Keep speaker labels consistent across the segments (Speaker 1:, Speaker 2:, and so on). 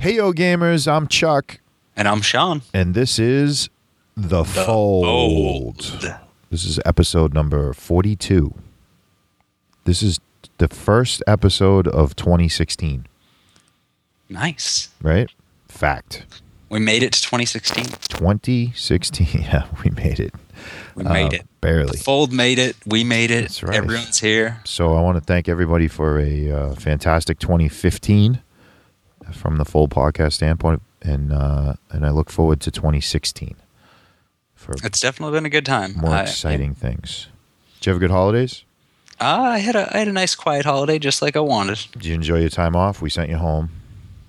Speaker 1: Heyo gamers, I'm Chuck,
Speaker 2: And I'm Sean.
Speaker 1: and this is the, fold. This is episode number forty-two. This is the first episode of 2016,
Speaker 2: Nice.
Speaker 1: right? Fact.
Speaker 2: We made it to 2016.
Speaker 1: 2016. Yeah, we made it.
Speaker 2: We
Speaker 1: Uh,
Speaker 2: made it.
Speaker 1: barely.
Speaker 2: The Fold made it. We made it.
Speaker 1: That's right.
Speaker 2: Everyone's here.
Speaker 1: So I want to thank everybody for a uh, fantastic 2015 from the full podcast standpoint, and uh, and I look forward to 2016 for
Speaker 2: It's definitely been a good time.
Speaker 1: more
Speaker 2: I-
Speaker 1: exciting things. Did you have good holidays?
Speaker 2: I, had a I had a nice quiet holiday, just like I wanted.
Speaker 1: Did you enjoy your time off? We sent you home.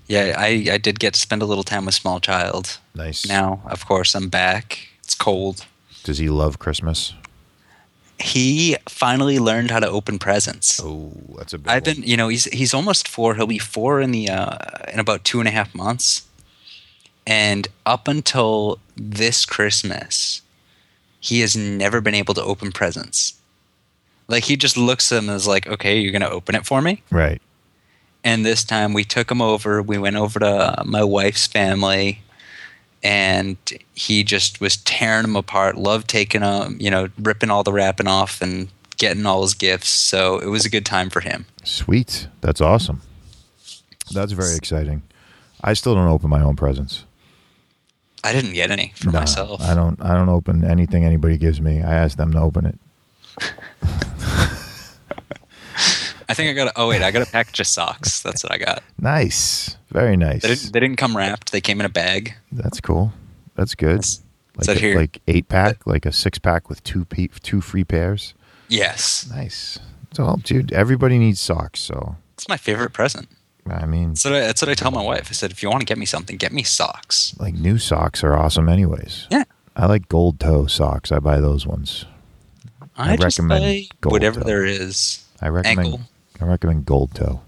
Speaker 2: Yeah, I, I did get to spend a little time with small child.
Speaker 1: Nice.
Speaker 2: Now, of course, I'm back. It's cold.
Speaker 1: Does he love Christmas?
Speaker 2: He finally learned how to open presents.
Speaker 1: Oh, that's a big
Speaker 2: I've been, you know, he's he's almost four. He'll be four in the uh, in about two and a half months, and up until this Christmas, he has never been able to open presents. Like he just looks at them and is like, "Okay, you're gonna open it for me."
Speaker 1: right.
Speaker 2: And this time, we took him over. We went over to uh, my wife's family, and he just was tearing them apart. Loved taking them, you know, ripping all the wrapping off and getting all his gifts. So it was a good time for him.
Speaker 1: Sweet. That's awesome. That's very exciting. I still don't open my own presents.
Speaker 2: I didn't get any for
Speaker 1: Nah,
Speaker 2: myself.
Speaker 1: I don't. I don't open anything anybody gives me. I ask them to open it.
Speaker 2: I think I got. A, oh wait, I got a package of socks. That's what I got.
Speaker 1: Nice. Very nice.
Speaker 2: They didn't, they didn't come wrapped. They came in a bag.
Speaker 1: That's cool. That's good.
Speaker 2: That's-
Speaker 1: Like,
Speaker 2: so
Speaker 1: a-
Speaker 2: here-
Speaker 1: like eight pack, like a six pack with two pe- two free pairs.
Speaker 2: Yes,
Speaker 1: Nice. So, dude, everybody needs socks. So,
Speaker 2: it's my favorite present.
Speaker 1: I mean,
Speaker 2: That's what I, that's what I tell my wife. I said, if you want to get me something, get me socks.
Speaker 1: like new socks are awesome, anyways.
Speaker 2: Yeah,
Speaker 1: I like gold toe socks. I buy those ones.
Speaker 2: I,
Speaker 1: I
Speaker 2: just
Speaker 1: recommend
Speaker 2: buy
Speaker 1: gold,
Speaker 2: whatever
Speaker 1: though.
Speaker 2: there is.
Speaker 1: I recommend.
Speaker 2: Ankle
Speaker 1: I recommend gold toe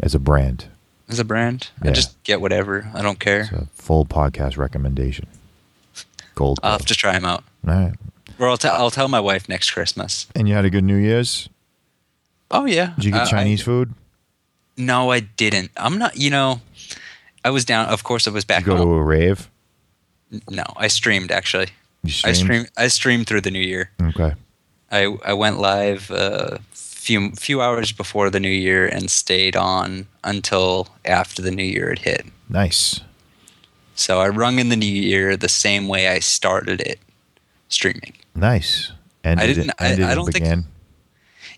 Speaker 1: as a brand.
Speaker 2: as a brand. I
Speaker 1: Yeah.
Speaker 2: just get whatever. I don't care.
Speaker 1: It's a full podcast recommendation. Gold.
Speaker 2: I'll
Speaker 1: Toe.
Speaker 2: have to try them out.
Speaker 1: All right.
Speaker 2: Or I'll, t- I'll tell my wife next Christmas.
Speaker 1: And you had a good New Year's.
Speaker 2: Oh yeah.
Speaker 1: Did you
Speaker 2: Uh,
Speaker 1: get
Speaker 2: I-
Speaker 1: Chinese food?
Speaker 2: no, I didn't. I'm not. You know, I was down. Of course, I was
Speaker 1: Did
Speaker 2: back.
Speaker 1: you go to
Speaker 2: home.
Speaker 1: a rave?
Speaker 2: no, I streamed actually.
Speaker 1: You
Speaker 2: I
Speaker 1: streamed?
Speaker 2: streamed. I streamed through the new year.
Speaker 1: Okay.
Speaker 2: I I went live a few few hours before the new year and stayed on until after the new year had hit.
Speaker 1: Nice.
Speaker 2: So I rung in the new year the same way I started it, streaming.
Speaker 1: Nice. And
Speaker 2: I
Speaker 1: did
Speaker 2: didn't-
Speaker 1: It,
Speaker 2: I-
Speaker 1: ended
Speaker 2: I
Speaker 1: it
Speaker 2: don't think-
Speaker 1: began.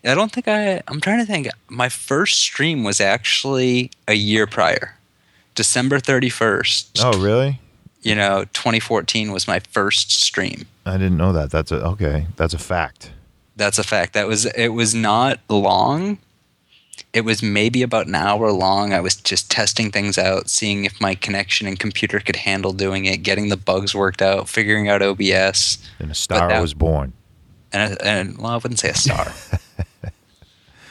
Speaker 2: I don't think I. I'm trying to think. My first stream was actually a year prior, December 31st.
Speaker 1: Oh, really?
Speaker 2: You know, 2014 was my first stream.
Speaker 1: I didn't know that. That's a okay. That's a fact.
Speaker 2: That's a fact. That was it was not long. It was maybe about an hour long. I was just testing things out, seeing if my connection and computer could handle doing it, getting the bugs worked out, figuring out OBS,
Speaker 1: And a star
Speaker 2: that-
Speaker 1: was born.
Speaker 2: and and well, I wouldn't say a star.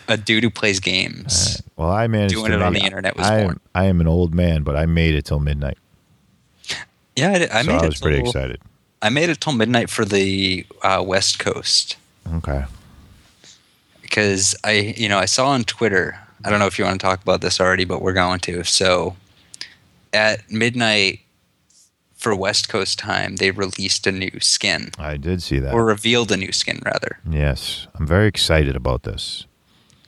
Speaker 2: a dude who plays games.
Speaker 1: Well, I managed
Speaker 2: Doing
Speaker 1: to
Speaker 2: it on
Speaker 1: make-
Speaker 2: the internet was
Speaker 1: I,
Speaker 2: born.
Speaker 1: I am an old man, but I made it till midnight.
Speaker 2: Yeah, I, did- I
Speaker 1: so
Speaker 2: made
Speaker 1: I
Speaker 2: it.
Speaker 1: was pretty
Speaker 2: till-
Speaker 1: excited.
Speaker 2: I made it till midnight for the uh, West Coast
Speaker 1: Okay.
Speaker 2: because I, you know, I saw on Twitter. I don't know if you want to talk about this already, but we're going to. So, at midnight for West Coast time, they released a new skin
Speaker 1: I did see that.
Speaker 2: or revealed a new skin rather.
Speaker 1: yes. I'm very excited about this.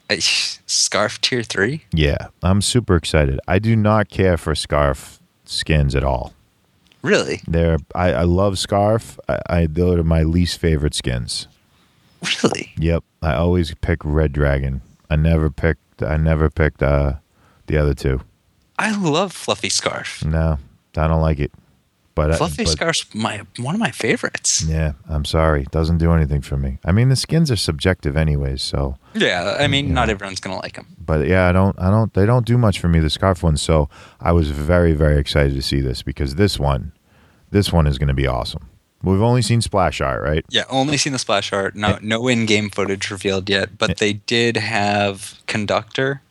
Speaker 2: I- Scarf Tier Three.
Speaker 1: Yeah. I'm super excited. I do not care for scarf skins at all.
Speaker 2: Really,
Speaker 1: They're I, I love scarf. I, I they're my least favorite skins.
Speaker 2: really.
Speaker 1: Yep. I always pick red dragon. I never picked I never picked uh the other two.
Speaker 2: I love fluffy scarf.
Speaker 1: No, I don't like it. But I-
Speaker 2: Fluffy
Speaker 1: but- Mm.
Speaker 2: scarf's my one of my favorites.
Speaker 1: Yeah, I'm sorry. Doesn't do anything for me. I mean, the skins are subjective, anyways. So,
Speaker 2: Yeah, I mean,
Speaker 1: Yeah.
Speaker 2: not everyone's gonna like them.
Speaker 1: but yeah, I don't, I don't. They don't do much for me. The scarf ones. So, I was very, very excited to see this because this one, this one is going to be awesome. We've only seen splash art, right?
Speaker 2: Yeah, only seen the splash art. No, no in-game footage revealed yet, but they did have Conductor,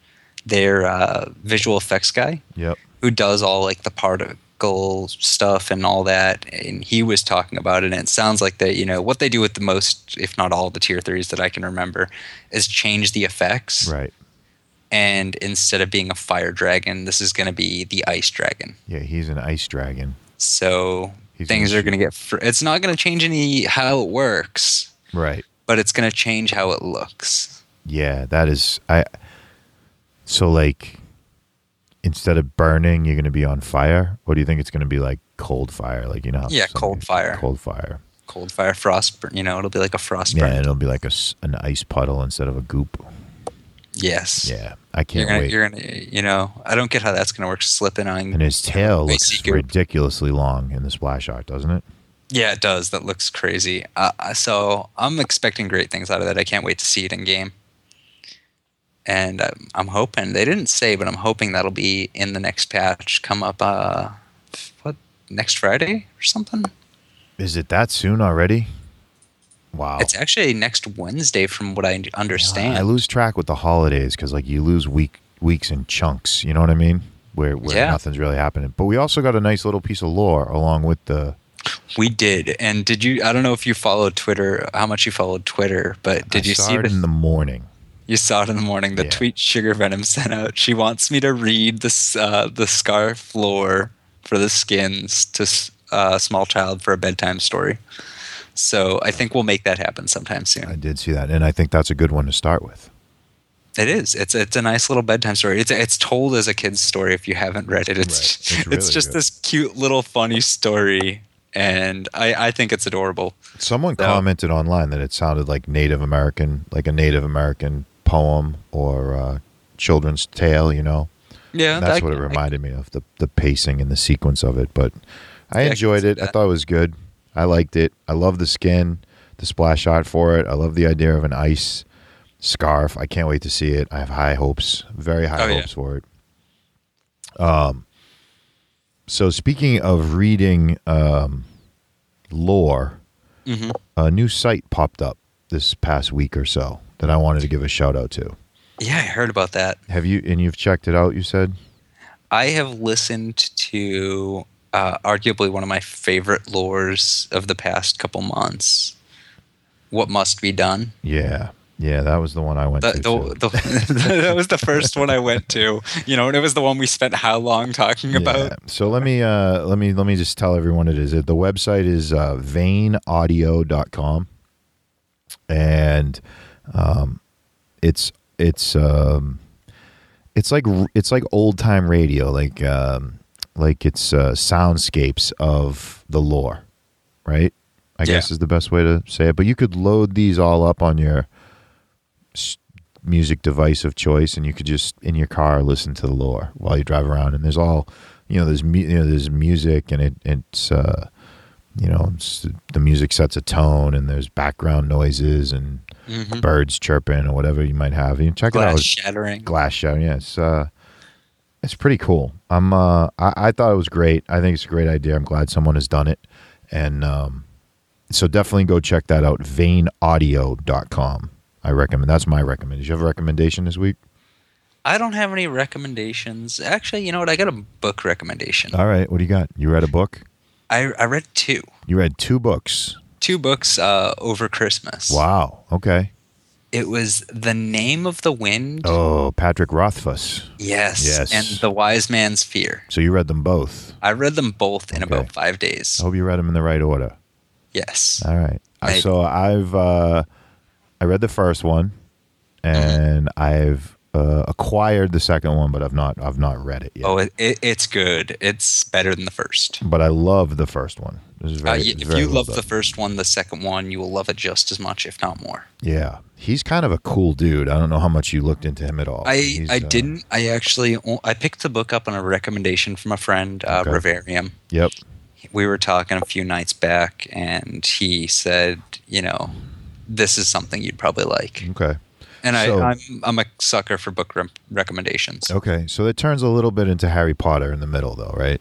Speaker 2: their uh, visual effects guy,
Speaker 1: Yep.
Speaker 2: who does all like the particle stuff and all that, and he was talking about it. And it sounds like that, you know, what they do with the most, if not all, the tier threes that I can remember, is change the effects
Speaker 1: Right.
Speaker 2: and instead of being a fire dragon, this is going to be the ice dragon.
Speaker 1: Yeah, he's an ice dragon.
Speaker 2: So
Speaker 1: He's
Speaker 2: things
Speaker 1: gonna
Speaker 2: are going to get. Fr- it's not going to change any how it works,
Speaker 1: Right.
Speaker 2: but it's going to change how it looks.
Speaker 1: Yeah, that is I so like instead of burning you're gonna be on fire? Or do you think it's gonna be like cold fire? Like you know how
Speaker 2: Yeah,
Speaker 1: some-
Speaker 2: cold fire.
Speaker 1: Cold fire.
Speaker 2: Cold fire frost, burn, you know, it'll be like a frost
Speaker 1: Yeah,
Speaker 2: burn.
Speaker 1: it'll be like a, s- an ice puddle instead of a goop.
Speaker 2: Yes.
Speaker 1: Yeah. I can't
Speaker 2: You're gonna,
Speaker 1: wait.
Speaker 2: you're gonna, you know, I don't get how that's gonna work. Slipping
Speaker 1: and
Speaker 2: on,
Speaker 1: his tail
Speaker 2: I
Speaker 1: looks
Speaker 2: see goop.
Speaker 1: ridiculously long in the splash art, doesn't it?
Speaker 2: yeah, it does. That looks crazy. Uh, uh, so I'm expecting great things out of that. I can't wait to see it in game. And I'm, I'm hoping they didn't say, but I'm hoping that'll be in the next patch. Come up, uh, what next Friday or something?
Speaker 1: Is it that soon already? Wow.
Speaker 2: It's actually next Wednesday, from what I understand.
Speaker 1: I lose track with the holidays because like you lose week weeks in chunks. You know what I mean? Where where
Speaker 2: Yeah.
Speaker 1: nothing's really happening. But we also got a nice little piece of lore along with the.
Speaker 2: we did, and did you? I don't know if you followed Twitter, how much you followed Twitter, but did
Speaker 1: I
Speaker 2: you
Speaker 1: saw
Speaker 2: see
Speaker 1: it
Speaker 2: the
Speaker 1: in the morning?
Speaker 2: You saw it in the morning. The
Speaker 1: Yeah.
Speaker 2: tweet Sugar Venom sent out. She wants me to read this uh, the scarf lore for the skins to s- uh, small child for a bedtime story. So I think we'll make that happen sometime soon.
Speaker 1: I did see that, and I think that's a good one to start with.
Speaker 2: It is. It's it's a nice little bedtime story. It's it's told as a kid's story if you haven't read it. It's
Speaker 1: Right. It's
Speaker 2: it's,
Speaker 1: really
Speaker 2: just
Speaker 1: good.
Speaker 2: this cute little funny story, and I I think it's adorable.
Speaker 1: Someone
Speaker 2: So-
Speaker 1: commented online that it sounded like Native American, like a Native American poem or uh, children's tale. You know,
Speaker 2: Yeah,
Speaker 1: And that's
Speaker 2: that-
Speaker 1: what it reminded me of the the pacing and the sequence of it. But I
Speaker 2: Yeah, I
Speaker 1: enjoyed
Speaker 2: can see
Speaker 1: it. I
Speaker 2: that.
Speaker 1: thought it was good. I liked it. I love the skin, the splash art for it. I love the idea of an ice scarf. I can't wait to see it. I have high hopes, very high
Speaker 2: Oh, yeah.
Speaker 1: hopes for it. Um. So speaking of reading um, lore,
Speaker 2: Mhm.
Speaker 1: a new site popped up this past week or so that I wanted to give a shout out to.
Speaker 2: Yeah, I heard about that.
Speaker 1: Have you and you've checked it out? You said.
Speaker 2: I have listened to uh, arguably one of my favorite lores of the past couple months. What must be done?
Speaker 1: Yeah. Yeah, that was the one I went
Speaker 2: The,
Speaker 1: to.
Speaker 2: the,
Speaker 1: too.
Speaker 2: the- that was the first one I went to, you know, and it was the one we spent how long talking about?
Speaker 1: Yeah. So let me uh let me let me just tell everyone it is. The website is uh vaneaudio.com and um it's it's um it's like it's like old time radio, like um like it's uh soundscapes of the lore, right? I
Speaker 2: Yeah.
Speaker 1: guess is the best way to say it. But you could load these all up on your s- music device of choice, and you could just in your car listen to the lore while you drive around. And there's all, you know, there's mu- you know, there's music, and it it's uh, you know, it's, the music sets a tone, and there's background noises and
Speaker 2: Mhm.
Speaker 1: birds chirping or whatever you might have. You check it out.
Speaker 2: Glass
Speaker 1: It's
Speaker 2: shattering.
Speaker 1: glass show. Yeah, it's uh, it's pretty cool. I'm uh, I, I thought it was great. I think it's a great idea. I'm glad someone has done it, and um, so definitely go check that out. VaneAudio.com. I recommend. That's my recommendation. Did you have a recommendation this week?
Speaker 2: I don't have any recommendations. Actually, you know what? I got a book recommendation.
Speaker 1: All right. What do you got? You read a book.
Speaker 2: I, I read two.
Speaker 1: You read two books.
Speaker 2: Two books uh, over Christmas.
Speaker 1: Wow. Okay.
Speaker 2: It was The Name of the Wind.
Speaker 1: Oh, Patrick Rothfuss.
Speaker 2: Yes.
Speaker 1: Yes.
Speaker 2: And The Wise Man's Fear.
Speaker 1: So you read them both.
Speaker 2: I read them both in
Speaker 1: Okay. Oh.
Speaker 2: about five days.
Speaker 1: I hope you read them in the right order.
Speaker 2: Yes.
Speaker 1: All right. Uh,
Speaker 2: Maybe.
Speaker 1: So I've uh, I read the first one, and I've uh, acquired the second one, but I've not I've not read it yet.
Speaker 2: Oh, it, it, it's good. It's better than the first.
Speaker 1: But I love the first one. This is
Speaker 2: Uh,
Speaker 1: very,
Speaker 2: y-
Speaker 1: it's
Speaker 2: if
Speaker 1: very
Speaker 2: you
Speaker 1: well
Speaker 2: love
Speaker 1: done.
Speaker 2: the first one, the second one, you will love it just as much, if not more.
Speaker 1: yeah, he's kind of a cool dude. I don't know how much you looked into him at all.
Speaker 2: I,
Speaker 1: He's,
Speaker 2: I
Speaker 1: uh,
Speaker 2: didn't. I actually o- I picked the book up on a recommendation from a friend, uh,
Speaker 1: Okay.
Speaker 2: Reverium.
Speaker 1: Yep.
Speaker 2: We were talking a few nights back, and he said, you know, this is something you'd probably like.
Speaker 1: Okay.
Speaker 2: And I,
Speaker 1: So-
Speaker 2: I'm, I'm a sucker for book rem- recommendations.
Speaker 1: Okay. So it turns a little bit into Harry Potter in the middle, though, right?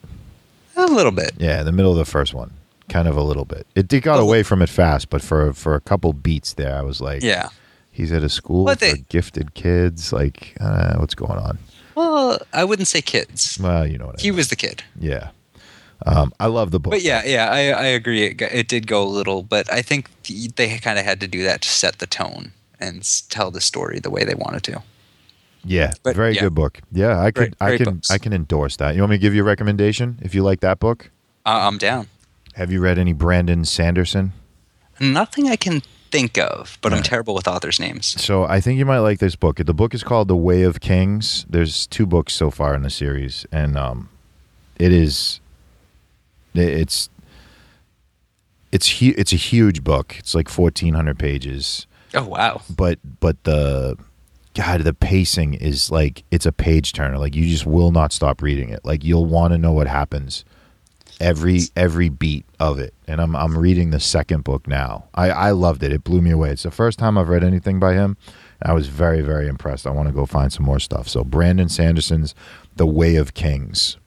Speaker 2: A little bit.
Speaker 1: Yeah, in the middle of the first one, kind of a little bit. It, it got
Speaker 2: Oh.
Speaker 1: away from it fast, but for for a couple beats there, I was like,
Speaker 2: Yeah.
Speaker 1: He's at a school
Speaker 2: But they-
Speaker 1: for gifted kids. Like, uh, what's going on?
Speaker 2: Well, I wouldn't say kids.
Speaker 1: Well, you know what I
Speaker 2: He
Speaker 1: mean.
Speaker 2: was the kid.
Speaker 1: yeah. Um, I love the book.
Speaker 2: But yeah, yeah, I, I agree. It, go- it did go a little, but I think the, they kind of had to do that to set the tone and s- tell the story the way they wanted to.
Speaker 1: Yeah,
Speaker 2: But,
Speaker 1: very
Speaker 2: yeah.
Speaker 1: good book. Yeah, I could,
Speaker 2: Great-
Speaker 1: I
Speaker 2: great
Speaker 1: can,
Speaker 2: books.
Speaker 1: I can endorse that. You want me to give you a recommendation if you like that book?
Speaker 2: I- I'm down.
Speaker 1: Have you read any Brandon Sanderson?
Speaker 2: Nothing I can think of, but I'm
Speaker 1: Right.
Speaker 2: terrible with authors' names.
Speaker 1: So I think you might like this book. The book is called The Way of Kings. There's two books so far in the series, and um, it is it- it's it's hu- it's a huge book. It's like 1,400 pages,
Speaker 2: Oh wow,
Speaker 1: but but the God, the pacing is like it's a page turner. Like you just will not stop reading it. Like you'll want to know what happens every every beat of it. And I'm I'm reading the second book now. I I loved it. It blew me away. It's the first time I've read anything by him. I was very very impressed. I want to go find some more stuff. So Brandon Sanderson's The Way of Kings.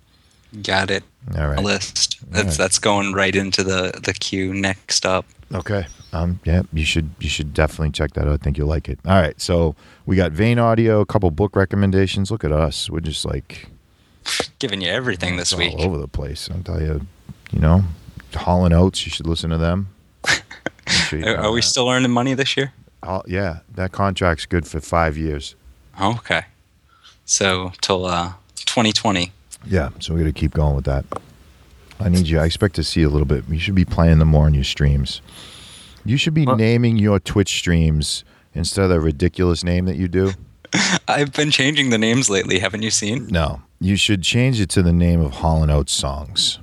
Speaker 2: got it.
Speaker 1: All
Speaker 2: A
Speaker 1: right.
Speaker 2: list. That's
Speaker 1: Alright.
Speaker 2: that's going right into the the queue next up.
Speaker 1: Okay. Um. Yeah. You should. You should definitely check that out. I think you'll like it. All right. So we got Vane Audio, a couple book recommendations. Look at us. We're just like
Speaker 2: Giving you everything this
Speaker 1: It's
Speaker 2: week.
Speaker 1: all over the place. I'll tell you. You know, Hall and Oates. You should listen to them. Make sure you
Speaker 2: Are,
Speaker 1: know
Speaker 2: are we
Speaker 1: that.
Speaker 2: still earning money this year?
Speaker 1: Hall- yeah, that contract's good for five years.
Speaker 2: Okay, so till uh, 2020.
Speaker 1: Yeah, so we got to keep going with that. I need you. I expect to see a little bit. You should be playing them more on your streams. You should be
Speaker 2: Well-
Speaker 1: naming your Twitch streams instead of the ridiculous name that you do.
Speaker 2: I've been changing the names lately. Haven't you seen?
Speaker 1: No, you should change it to the name of Hall and Oates songs.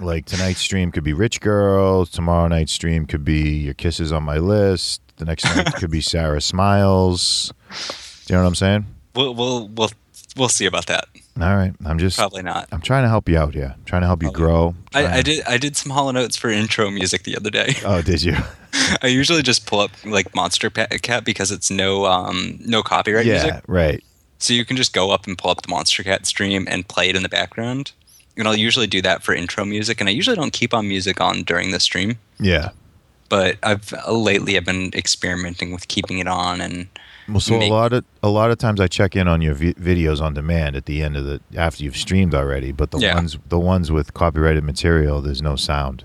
Speaker 1: like tonight's stream could be Rich Girl. Tomorrow night's stream could be Your Kisses on My List. The next night could be Sarah Smiles. Do you know what I'm saying?
Speaker 2: We'll we'll we'll we'll see about that.
Speaker 1: All right, I'm just
Speaker 2: Probably not.
Speaker 1: I'm trying to help you out here. I'm trying to help you
Speaker 2: Okay.
Speaker 1: grow.
Speaker 2: Oh, I, I
Speaker 1: Trying-
Speaker 2: did I did some Hollow Notes for intro music the other day.
Speaker 1: Oh, did you?
Speaker 2: I usually just pull up like Monster Pa- Cat because it's no um no copyright
Speaker 1: yeah,
Speaker 2: music.
Speaker 1: right.
Speaker 2: So you can just go up and pull up the Monster Cat stream and play it in the background. And I'll usually do that for intro music, and I usually don't keep on music on during the stream.
Speaker 1: Yeah.
Speaker 2: But I've uh, lately I've been experimenting with keeping it on, and
Speaker 1: Well, so
Speaker 2: Make-
Speaker 1: a lot of a lot of times I check in on your vi- videos on demand at the end of the after you've streamed already, but the
Speaker 2: Yeah.
Speaker 1: ones the ones with copyrighted material, there's no sound.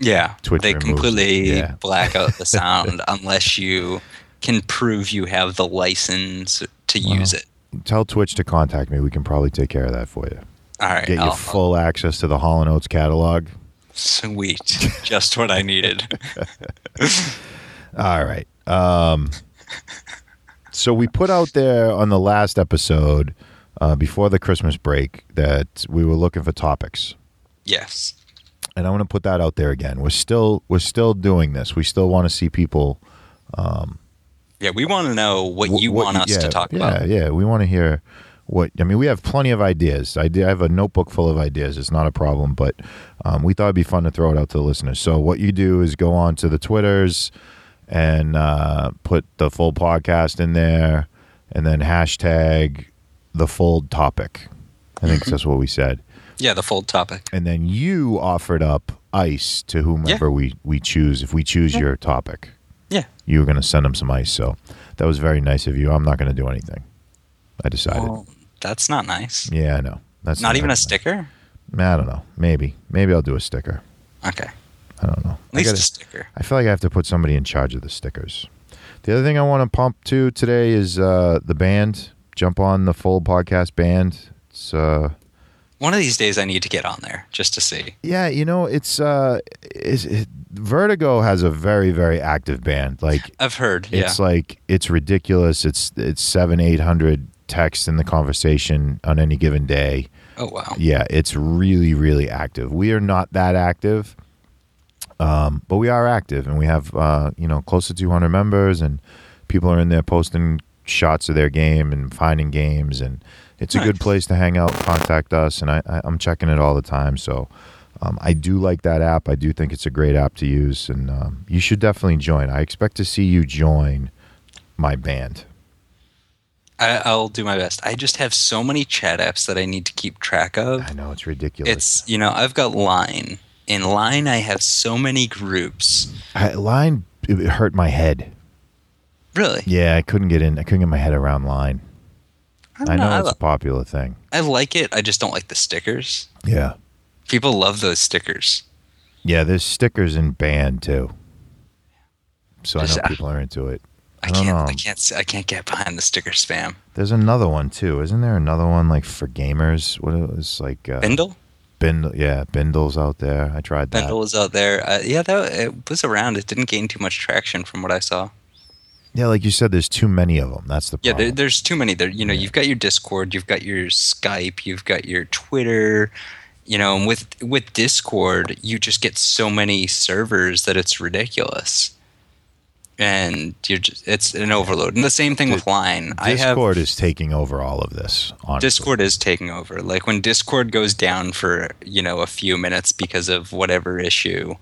Speaker 2: yeah,
Speaker 1: Twitch
Speaker 2: they
Speaker 1: removes it,
Speaker 2: completely
Speaker 1: yeah.
Speaker 2: black out the sound unless you can prove you have the license to use it.
Speaker 1: Tell Twitch to contact me. We can probably take care of that for you.
Speaker 2: All right,
Speaker 1: Get you
Speaker 2: I'll-
Speaker 1: full access to the Hall and Oates catalog.
Speaker 2: sweet, just what I needed.
Speaker 1: All right. Um, so we put out there on the last episode uh, before the Christmas break that we were looking for topics.
Speaker 2: yes.
Speaker 1: and I want to put that out there again. We're still we're still doing this. We still want to see people.
Speaker 2: Yeah, we want to know what
Speaker 1: wh-
Speaker 2: you
Speaker 1: what-
Speaker 2: want us
Speaker 1: yeah,
Speaker 2: to talk
Speaker 1: yeah,
Speaker 2: about.
Speaker 1: Yeah, We want to hear what I mean. We have plenty of ideas. I, do- I have a notebook full of ideas. It's not a problem, but um, we thought it'd be fun to throw it out to the listeners. So what you do is go on to the twitters and uh, put the full podcast in there, and then hashtag the full topic. I think that's what we said.
Speaker 2: Yeah, the full topic.
Speaker 1: and then you offered up ice to whomever we, we choose. If we choose your topic,
Speaker 2: Yeah.
Speaker 1: you were going to send them some ice. So that was very nice of you. I'm not going to do anything. I decided.
Speaker 2: Well, Um, that's not nice.
Speaker 1: yeah, I know. That's
Speaker 2: Not even a
Speaker 1: nice.
Speaker 2: sticker?
Speaker 1: I don't know. Maybe. Maybe I'll do a sticker.
Speaker 2: Okay. At
Speaker 1: I don't know. I,
Speaker 2: least a
Speaker 1: gotta-
Speaker 2: sticker.
Speaker 1: I feel like I have to put somebody in charge of the stickers. The other thing I want to pump to today is uh, the band. Jump on the full podcast band. It's uh,
Speaker 2: One of these days I need to get on there just to see.
Speaker 1: Yeah, you know, it's uh, it's, it, Vertigo has a very very active band. Like
Speaker 2: I've heard. Yeah.
Speaker 1: it's like it's ridiculous. It's it's seven eight hundred texts in the conversation on any given day.
Speaker 2: oh, wow.
Speaker 1: Yeah, it's really really active. We are not that active, um, but we are active, and we have uh, you know close to two hundred members, and people are in there posting shots of their game and finding games, and it's a good
Speaker 2: Nice.
Speaker 1: place to hang out, contact us, and I, I I'm checking it all the time, so. Um, I do like that app. I do think it's a great app to use, and um, you should definitely join. I expect to see you join my band.
Speaker 2: I, I'll do my best. I just have so many chat apps that I need to keep track of.
Speaker 1: I know it's ridiculous.
Speaker 2: It's, you know, I've got Line. In Line, I have so many groups.
Speaker 1: I, line it hurt my head.
Speaker 2: Really?
Speaker 1: Yeah, I couldn't get in. I couldn't get my head around line.
Speaker 2: I,
Speaker 1: I
Speaker 2: don't
Speaker 1: know
Speaker 2: know.
Speaker 1: it's a popular thing.
Speaker 2: I, I like it. I just don't like the stickers.
Speaker 1: Yeah.
Speaker 2: People love those stickers.
Speaker 1: Yeah, there's stickers in band too. So I know
Speaker 2: Just- uh,
Speaker 1: people are into it.
Speaker 2: I,
Speaker 1: I don't
Speaker 2: can't.
Speaker 1: know.
Speaker 2: I can't. s- I can't get behind the sticker spam.
Speaker 1: There's another one too, isn't there? Another one like for gamers. What it was like uh,
Speaker 2: Bindle.
Speaker 1: Bindle. Yeah, Bindle's out there. I tried that.
Speaker 2: Bindle was out there. Uh, yeah, that it was around. It didn't gain too much traction from what I saw.
Speaker 1: Yeah, like you said, there's too many of them. That's the
Speaker 2: Yeah,
Speaker 1: problem.
Speaker 2: there, there's too many. There, you know, you've got your Discord, you've got your Skype, you've got your Twitter. You know, and with with Discord, you just get so many servers that it's ridiculous, and you're just, it's an overload. And the same thing with Line. I have
Speaker 1: Discord is taking over all of this. Honestly.
Speaker 2: Discord is taking over. Like when Discord goes down for, you know, a few minutes because of whatever issue,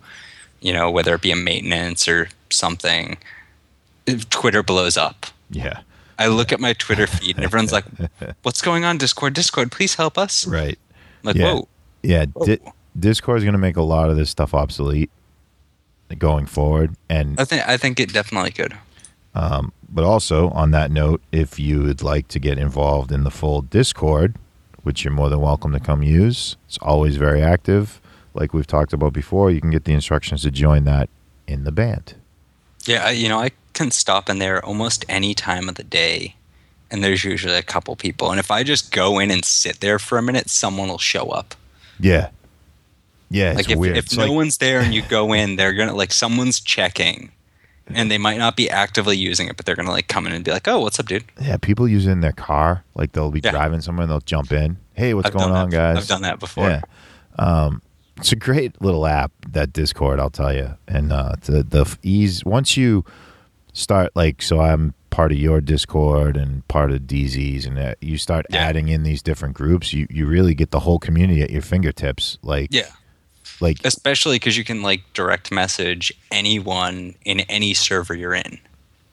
Speaker 2: you know, whether it be a maintenance or something, if Twitter blows up.
Speaker 1: Yeah.
Speaker 2: I look at my Twitter feed and everyone's like, "What's going on Discord? Discord, please help us."
Speaker 1: Right.
Speaker 2: I'm like,
Speaker 1: yeah.
Speaker 2: "Whoa."
Speaker 1: Yeah. Di-
Speaker 2: Whoa.
Speaker 1: Discord is going to make a lot of this stuff obsolete going forward, and
Speaker 2: I think I think it definitely could.
Speaker 1: Um, but also, on that note, if you would like to get involved in the full Discord, which you're more than welcome to come use, it's always very active. Like we've talked about before, you can get the instructions to join that in the band.
Speaker 2: Yeah, I, you know, I can stop in there almost any time of the day, and there's usually a couple people. And if I just go in and sit there for a minute, someone will show up.
Speaker 1: Yeah. Yeah, it's
Speaker 2: like if,
Speaker 1: weird.
Speaker 2: if
Speaker 1: It's
Speaker 2: no
Speaker 1: like-
Speaker 2: one's there and you go in they're gonna like someone's checking and they might not be actively using it but they're gonna like come in and be like oh what's up dude
Speaker 1: yeah, people use it in their car. Like they'll be
Speaker 2: Yeah.
Speaker 1: driving somewhere and they'll jump in. Hey, what's
Speaker 2: I've
Speaker 1: going
Speaker 2: done
Speaker 1: on,
Speaker 2: that.
Speaker 1: guys?
Speaker 2: i've done that before
Speaker 1: Yeah. Um, it's a great little app that Discord, I'll tell you. And uh, the the f- ease once you start like so I'm part of your Discord and part of DZ's and uh, you start
Speaker 2: Yeah.
Speaker 1: adding in these different groups, you you really get the whole community at your fingertips. Like
Speaker 2: yeah
Speaker 1: like
Speaker 2: especially because you can like direct message anyone in any server you're in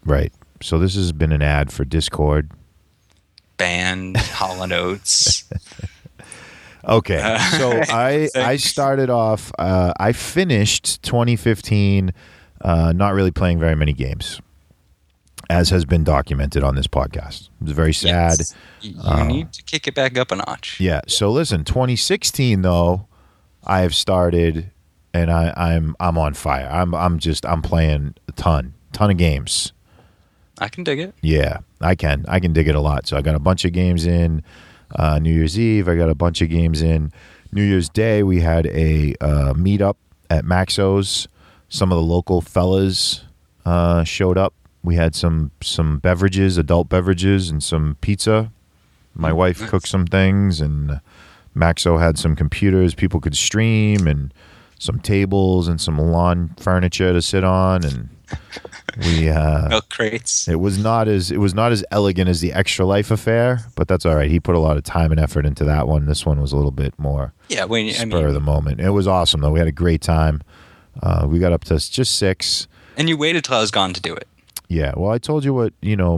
Speaker 1: right. So this has been an ad for Discord.
Speaker 2: band hollow notes
Speaker 1: Okay, so I I started off. Uh, I finished 2015, uh, not really playing very many games, as has been documented on this podcast. It was very sad.
Speaker 2: Yes. you need to kick it back up a notch
Speaker 1: Um, Yeah. So listen, 2016 though, I have started, and I, I'm I'm on fire. I'm I'm just I'm playing a ton ton of games.
Speaker 2: i can dig it
Speaker 1: Yeah, I can. I can dig it a lot. So I got a bunch of games in uh, New Year's Eve. I got a bunch of games in New Year's Day. We had a uh, meetup at Maxo's. Some of the local fellas uh, showed up. We had some some beverages, adult beverages, and some pizza. My wife
Speaker 2: nice.
Speaker 1: cooked some things, and Maxo had some computers people could stream, and some tables and some lawn furniture to sit on, and we uh,
Speaker 2: milk Oh, crates
Speaker 1: it was not as it was not as elegant as the Extra Life affair, but that's all right. He put a lot of time and effort into that one. This one was a little bit more
Speaker 2: yeah when I
Speaker 1: spur of
Speaker 2: mean,
Speaker 1: the moment. It was awesome though. We had a great time. Uh, we got up to just six.
Speaker 2: and you waited till i was gone to do it
Speaker 1: Yeah. Well, I told you what you know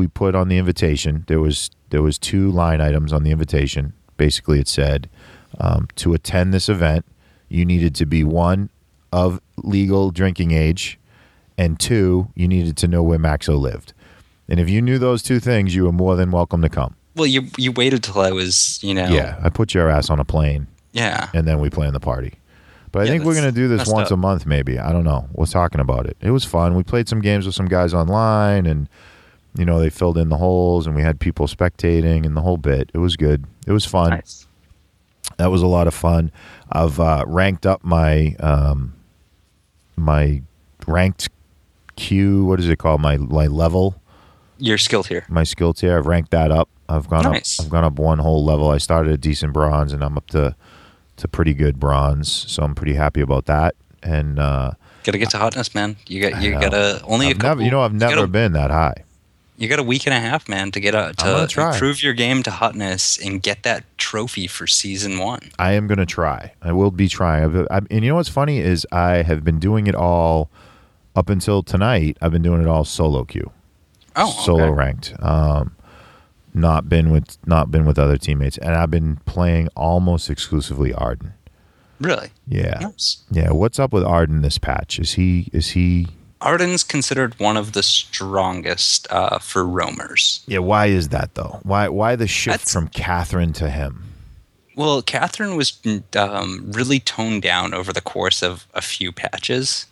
Speaker 1: we put on the invitation. There was there was two line items on the invitation. Basically, it said um, to attend this event, you needed to be one of legal drinking age, and two, you needed to know where Maxo lived. And if you knew those two things, you were more than welcome to come.
Speaker 2: well you you waited till i was you know
Speaker 1: Yeah, I put your ass on a plane,
Speaker 2: yeah
Speaker 1: and then we plan the party. But I
Speaker 2: Yeah,
Speaker 1: think we're
Speaker 2: that's
Speaker 1: gonna do this
Speaker 2: messed
Speaker 1: once
Speaker 2: up.
Speaker 1: a month, maybe. I don't know. We're talking about it. It was fun. We played some games with some guys online, and you know they filled in the holes, and we had people spectating, and the whole bit. It was good. It was fun.
Speaker 2: nice
Speaker 1: That was a lot of fun. I've uh, ranked up my um, my ranked queue. What is it called? My my level
Speaker 2: you're skilled here
Speaker 1: my skill tier. I've ranked that up. I've gone
Speaker 2: Nice.
Speaker 1: up. I've gone up one whole level. I started at decent bronze, and I'm up to to pretty good bronze. So I'm pretty happy about that. And uh,
Speaker 2: Gotta get to hotness, man. You got you
Speaker 1: know.
Speaker 2: gotta only a
Speaker 1: I've
Speaker 2: couple.
Speaker 1: never, you know, I've
Speaker 2: got
Speaker 1: never
Speaker 2: a-
Speaker 1: been that high.
Speaker 2: You got a week and a half, man, to get out
Speaker 1: I'm gonna
Speaker 2: to
Speaker 1: try.
Speaker 2: improve your game to hotness and get that trophy for season one.
Speaker 1: I am gonna try. I will be trying. I've, I'm, and you know what's funny is I have been doing it all up until tonight. I've been doing it all solo queue,
Speaker 2: Oh,
Speaker 1: solo
Speaker 2: okay.
Speaker 1: ranked. Um, not been with not been with other teammates, and I've been playing almost exclusively Arden.
Speaker 2: really?
Speaker 1: Yeah.
Speaker 2: Nice.
Speaker 1: Yeah, what's up with Arden this patch? Is he is he
Speaker 2: Arden's considered one of the strongest uh, for roamers.
Speaker 1: Yeah, why is that though? Why why the shift
Speaker 2: That's-
Speaker 1: from Catherine to him?
Speaker 2: Well, Catherine was um, really toned down over the course of a few patches.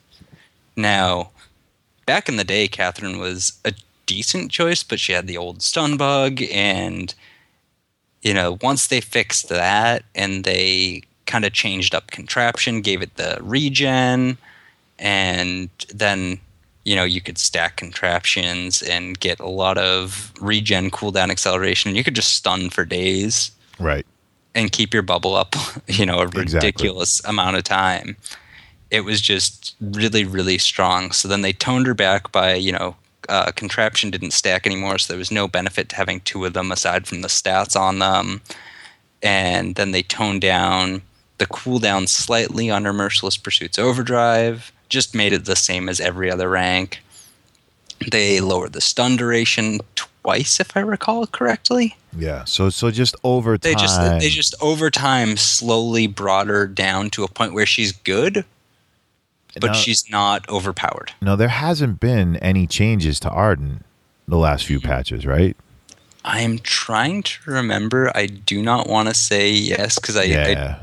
Speaker 2: Now, back in the day, Catherine was a decent choice, but she had the old stun bug, and you know, once they fixed that and they kind of changed up contraption, gave it the regen, and then you know you could stack contraptions and get a lot of regen cooldown acceleration. You could just stun for days
Speaker 1: Right.
Speaker 2: and keep your bubble up, you know, a
Speaker 1: Exactly.
Speaker 2: ridiculous amount of time. It was just really, really strong. So then they toned her back by, you know, uh, contraption didn't stack anymore, so there was no benefit to having two of them aside from the stats on them. And then they toned down the cooldown slightly on her Merciless Pursuit's Overdrive, just made it the same as every other rank. They lowered the stun duration twice, if I recall correctly
Speaker 1: Yeah. So so just over time.
Speaker 2: they just they just over time slowly brought her down to a point where she's good but
Speaker 1: Now-
Speaker 2: she's not overpowered
Speaker 1: No, there hasn't been any changes to Arden the last few patches, right?
Speaker 2: i'm trying to remember i do not want to say yes because I,
Speaker 1: Yeah.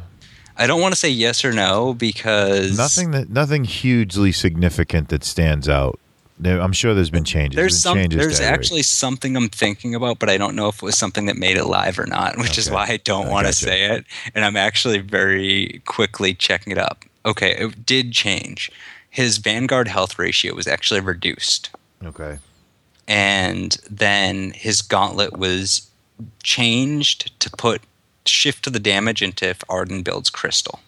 Speaker 2: I i don't want to say yes or no because
Speaker 1: nothing that nothing hugely significant that stands out. There, I'm sure there's been changes.
Speaker 2: there's
Speaker 1: been
Speaker 2: some
Speaker 1: changes to
Speaker 2: there's
Speaker 1: every-
Speaker 2: actually something i'm thinking about but i don't know if it was something that made it live or not which is
Speaker 1: Okay.
Speaker 2: why i don't
Speaker 1: I
Speaker 2: want
Speaker 1: gotcha.
Speaker 2: to say it and i'm actually very quickly checking it up okay it did change his vanguard health ratio was actually reduced
Speaker 1: okay.
Speaker 2: and then his gauntlet was changed to put shift to the damage into if Arden builds crystal.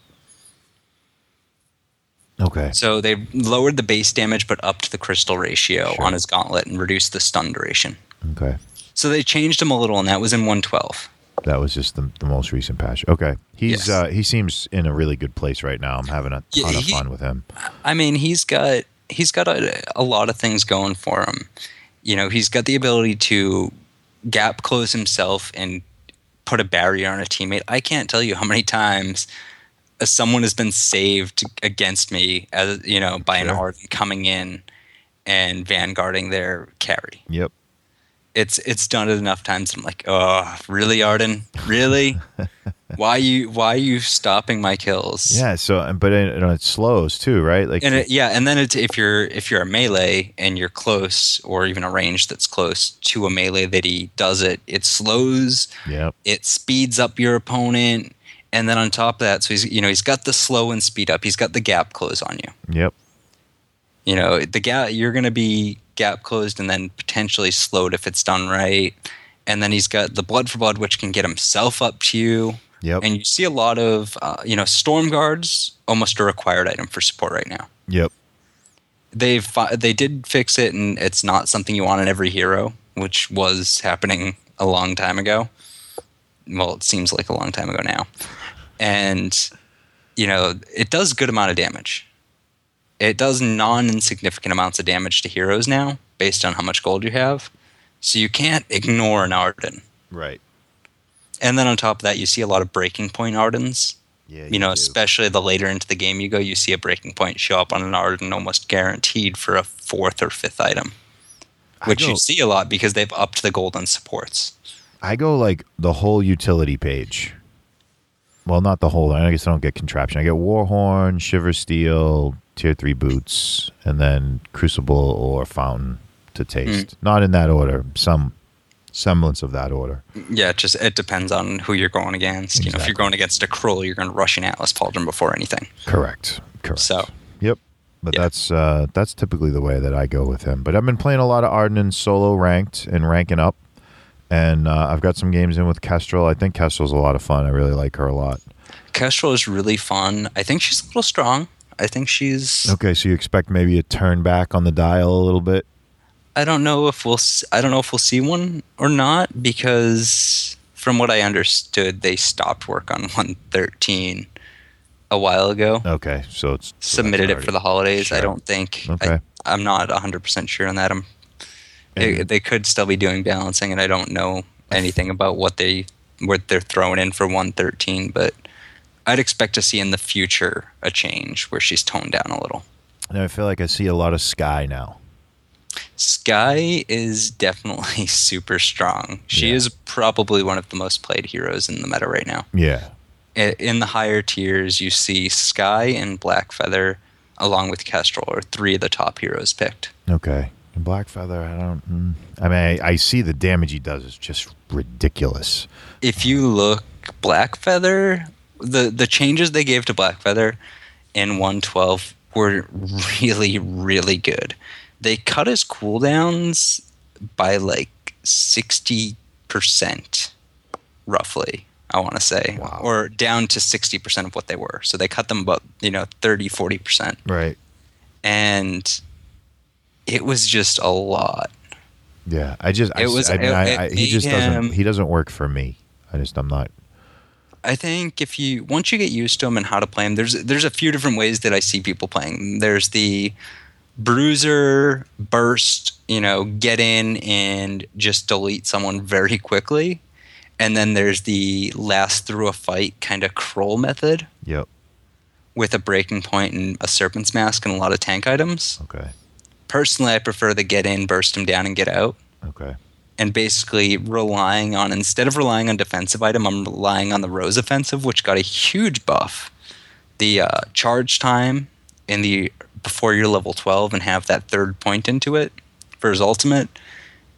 Speaker 1: Okay.
Speaker 2: So they lowered the base damage but upped the crystal ratio on his gauntlet and reduced the stun duration.
Speaker 1: Okay.
Speaker 2: So they changed him a little, and that was in 112.
Speaker 1: That was just the, the most recent patch. Okay. He's
Speaker 2: Yes.
Speaker 1: uh, he seems in a really good place right now. I'm having a
Speaker 2: Yeah,
Speaker 1: ton of
Speaker 2: he-
Speaker 1: fun with him.
Speaker 2: I mean, he's got he's got a, a lot of things going for him. You know, he's got the ability to gap close himself and put a barrier on a teammate. I can't tell you how many times uh, someone has been saved against me as you know by an
Speaker 1: Sure.
Speaker 2: Arden coming in and vanguarding their carry.
Speaker 1: Yep.
Speaker 2: It's it's done it enough times. I'm like, oh, really, Arden? Really? why you why you stopping my kills?
Speaker 1: Yeah. So, and- but it, and it slows too, right? Like,
Speaker 2: and it, yeah, and then it's if you're if you're a melee and you're close, or even a range that's close to a melee that he does it, it slows,
Speaker 1: yep.
Speaker 2: it speeds up your opponent, and then on top of that, so he's you know he's got the slow and speed up, he's got the gap close on you.
Speaker 1: Yep.
Speaker 2: You know the gap you're going to be gap closed and then potentially slowed if it's done right, and then he's got the blood for blood, which can get himself up to you.
Speaker 1: Yep.
Speaker 2: And you see a lot of, uh, you know, storm guards almost a required item for support right now.
Speaker 1: yep.
Speaker 2: they fi- they did fix it, and it's not something you want in every hero, which was happening a long time ago. Well, it seems like a long time ago now, and you know it does good amount of damage. It does non insignificant amounts of damage to heroes now, based on how much gold you have. So you can't ignore an Arden.
Speaker 1: Right.
Speaker 2: And then on top of that, you see a lot of breaking point Ardens.
Speaker 1: Yeah.
Speaker 2: You know,
Speaker 1: do.
Speaker 2: especially the later into the game you go, you see a breaking point show up on an Arden almost guaranteed for a fourth or fifth item,
Speaker 1: I
Speaker 2: which you
Speaker 1: don't-
Speaker 2: see a lot because they've upped the gold on supports.
Speaker 1: I go like the whole utility page. Well, not the whole. I guess I don't get contraption. I get Warhorn, Shiver Steel, Tier Three boots, and then Crucible or Fountain to
Speaker 2: Hmm.
Speaker 1: taste. Not in that order. Some semblance of that order.
Speaker 2: Yeah, it just it depends on who you're going against. You know, if
Speaker 1: Exactly.
Speaker 2: you're going against a Krull, you're going to rush an Atlas Pauldron before anything.
Speaker 1: Correct. Correct.
Speaker 2: So-
Speaker 1: Yep. But
Speaker 2: Yeah.
Speaker 1: that's uh, that's typically the way that I go with him. But I've been playing a lot of Arden in solo ranked and ranking up, and uh, I've got some games in with Kestrel. I think Kestrel's a lot of fun. I really like her a lot.
Speaker 2: Kestrel is really fun. I think she's a little strong. I think she's.
Speaker 1: Okay, so you expect maybe a turn back on the dial a little bit?
Speaker 2: I don't know if we'll. s- I don't know if we'll see one or not because, from what I understood, they stopped work on 113 a while ago.
Speaker 1: Okay, so it's so
Speaker 2: submitted
Speaker 1: that's
Speaker 2: it for the
Speaker 1: already-
Speaker 2: holidays. I
Speaker 1: Sure.
Speaker 2: don't think.
Speaker 1: Okay.
Speaker 2: I, I'm not 100% sure on that. I'm, they,
Speaker 1: And-
Speaker 2: they could still be doing balancing, and I don't know anything about what they what they're throwing in for 113. But I'd expect to see in the future a change where she's toned down a little.
Speaker 1: And I feel like I see a lot of sky now.
Speaker 2: Sky is definitely super strong. She
Speaker 1: Yeah.
Speaker 2: is probably one of the most played heroes in the meta right now.
Speaker 1: Yeah,
Speaker 2: I- in the higher tiers, you see Sky and Blackfeather along with Kestrel, are three of the top heroes picked.
Speaker 1: Okay. And Blackfeather, I don't. mm. I mean, I, I see the damage he does is just ridiculous.
Speaker 2: If you look Blackfeather, the the changes they gave to Blackfeather in 112 were really really good. They cut his cooldowns by like 60% roughly, I want to say,
Speaker 1: Wow.
Speaker 2: or down to 60% of what they were. So they cut them about, you know, 30 40%
Speaker 1: Right.
Speaker 2: and it was just a lot.
Speaker 1: Yeah. I just. I,
Speaker 2: It was-
Speaker 1: I, mean,
Speaker 2: it-
Speaker 1: I,
Speaker 2: it
Speaker 1: I, he
Speaker 2: made
Speaker 1: just doesn't.
Speaker 2: him-
Speaker 1: He doesn't work for me. I just. I'm not.
Speaker 2: I think if you once you get used to them and how to play them, there's there's a few different ways that I see people playing. 'em. There's the bruiser burst, you know, get in and just delete someone very quickly, and then there's the last through a fight kind of crawl method
Speaker 1: Yep.
Speaker 2: with a breaking point and a serpent's mask and a lot of tank items.
Speaker 1: Okay.
Speaker 2: Personally, I prefer the get in, burst them down, and get out.
Speaker 1: Okay.
Speaker 2: and basically relying on instead of relying on defensive item, I'm relying on the Rose offensive, which got a huge buff. The uh, charge time in the before you're level 12 and have that third point into it for his ultimate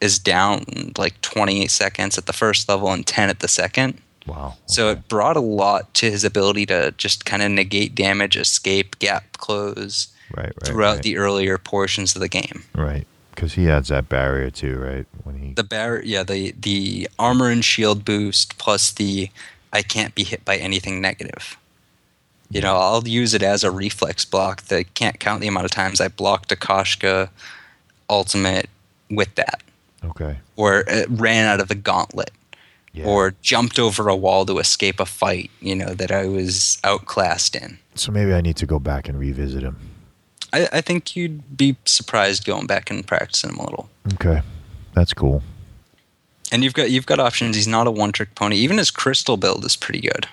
Speaker 2: is down like 28 seconds at the first level and 10 at the second.
Speaker 1: Wow.
Speaker 2: So it brought a lot to his ability to just kind of negate damage, escape, gap close
Speaker 1: right. Right.
Speaker 2: throughout
Speaker 1: right,
Speaker 2: the earlier portions of the game.
Speaker 1: Right. Because he adds that barrier too, right? When he.
Speaker 2: the bar yeah the the armor and shield boost plus the i can't be hit by anything negative you know i'll use it as a reflex block that can't count the amount of times i blocked a koshka ultimate with that
Speaker 1: okay.
Speaker 2: or uh, ran out of the gauntlet
Speaker 1: Yeah.
Speaker 2: or jumped over a wall to escape a fight you know that i was outclassed in
Speaker 1: so maybe I need to go back and revisit him.
Speaker 2: i, I think you'd be surprised going back and practicing them a little
Speaker 1: Okay. That's cool.
Speaker 2: and you've got you've got options he's not a one trick pony even his crystal build is pretty good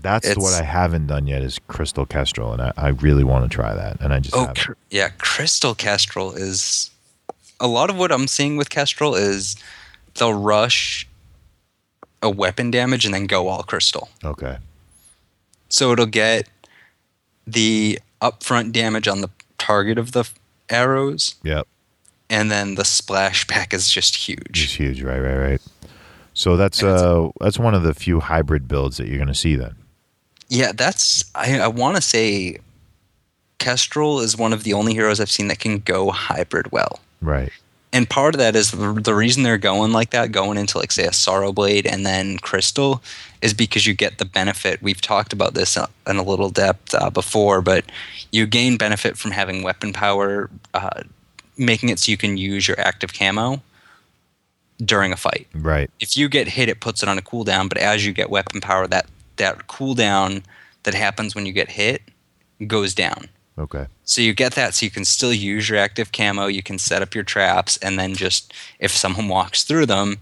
Speaker 1: That's
Speaker 2: It's-
Speaker 1: what I haven't done yet is Crystal Kestrel, and I, I really want to try that, and I just
Speaker 2: Oh,
Speaker 1: haven't.
Speaker 2: cr- yeah. Crystal Kestrel is a lot of what I'm seeing with Kestrel is they'll rush a weapon damage and then go all crystal.
Speaker 1: Okay.
Speaker 2: So it'll get the upfront damage on the target of the f- arrows,
Speaker 1: Yep.
Speaker 2: and then the splashback is just
Speaker 1: It's
Speaker 2: huge.
Speaker 1: huge, right, right, right. So that's
Speaker 2: And it's-
Speaker 1: uh that's one of the few hybrid builds that you're going to see then.
Speaker 2: Yeah, that's I, I want to say Kestrel is one of the only heroes I've seen that can go hybrid well.
Speaker 1: Right.
Speaker 2: and part of that is the, the reason they're going like that, going into like say a Sorrow Blade and then Crystal, is because you get the benefit. We've talked about this uh, in a little depth uh, before, but you gain benefit from having weapon power, uh, making it so you can use your active camo during a fight.
Speaker 1: Right.
Speaker 2: If you get hit, it puts it on a cooldown, but as you get weapon power, that that cooldown that happens when you get hit goes down.
Speaker 1: Okay.
Speaker 2: So you get that so you can still use your active camo, you can set up your traps, and then just if someone walks through them,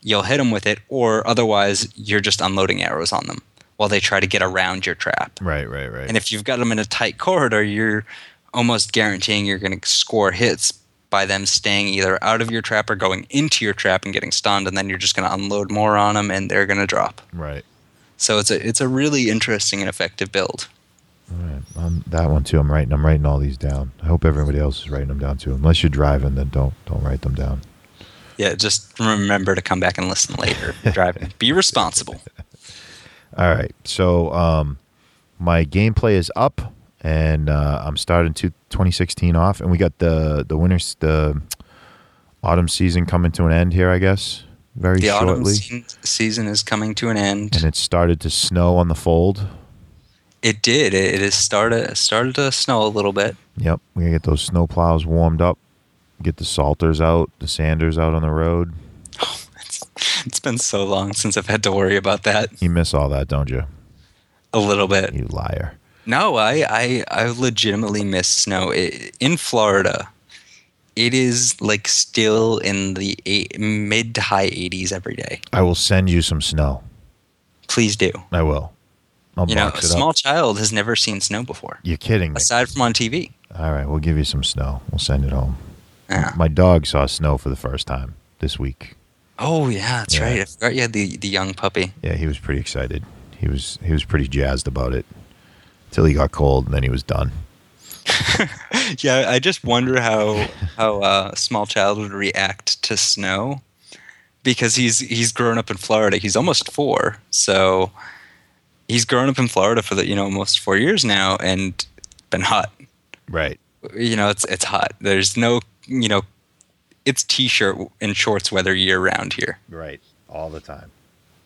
Speaker 2: you'll hit them with it, or otherwise you're just unloading arrows on them while they try to get around your trap.
Speaker 1: Right, right, right.
Speaker 2: And if you've got them in a tight corridor, you're almost guaranteeing you're going to score hits by them staying either out of your trap or going into your trap and getting stunned, and then you're just going to unload more on them and they're going to drop.
Speaker 1: right.
Speaker 2: So it's a it's a really interesting and effective build.
Speaker 1: All right. Um, that one too. I'm writing I'm writing all these down. I hope everybody else is writing them down too. Unless you're driving then don't don't write them down.
Speaker 2: Yeah, just remember to come back and listen later. Driving. Be responsible.
Speaker 1: All right. So um my gameplay is up and uh, I'm starting to 2016 off and we got the the winter's the autumn season coming to an end here, I guess. Very
Speaker 2: The autumn
Speaker 1: shortly.
Speaker 2: se- season is coming to an end.
Speaker 1: and it started to snow on the fold.
Speaker 2: It did. It, it has started started to snow a little bit.
Speaker 1: Yep, we gotta get those snow plows warmed up, get the salters out, the sanders out on the road.
Speaker 2: It's, it's been so long since I've had to worry about that.
Speaker 1: You miss all that, don't you?
Speaker 2: A little bit.
Speaker 1: You liar.
Speaker 2: No, I I, I legitimately miss snow. It, in Florida, it is like still in the eight, mid to high 80s every day.
Speaker 1: I will send you some snow.
Speaker 2: Please do.
Speaker 1: I will. I'll
Speaker 2: You know,
Speaker 1: box
Speaker 2: a
Speaker 1: it
Speaker 2: small
Speaker 1: up.
Speaker 2: child has never seen snow before,
Speaker 1: You're kidding me.
Speaker 2: aside from on TV.
Speaker 1: All right, we'll give you some snow. We'll send it home.
Speaker 2: Yeah.
Speaker 1: My dog saw snow for the first time this week.
Speaker 2: Oh yeah, that's
Speaker 1: Yeah.
Speaker 2: right. I forgot you had the, the young puppy.
Speaker 1: Yeah, he was pretty excited. He was he was pretty jazzed about it. Till he got cold, and then he was done.
Speaker 2: yeah, I just wonder how how uh, a small child would react to snow because he's he's grown up in Florida. He's almost four, so he's grown up in Florida for the you know almost four years now and been hot.
Speaker 1: Right.
Speaker 2: You know, it's it's hot. There's no you know, it's t-shirt and shorts weather year round here.
Speaker 1: Right. All the time.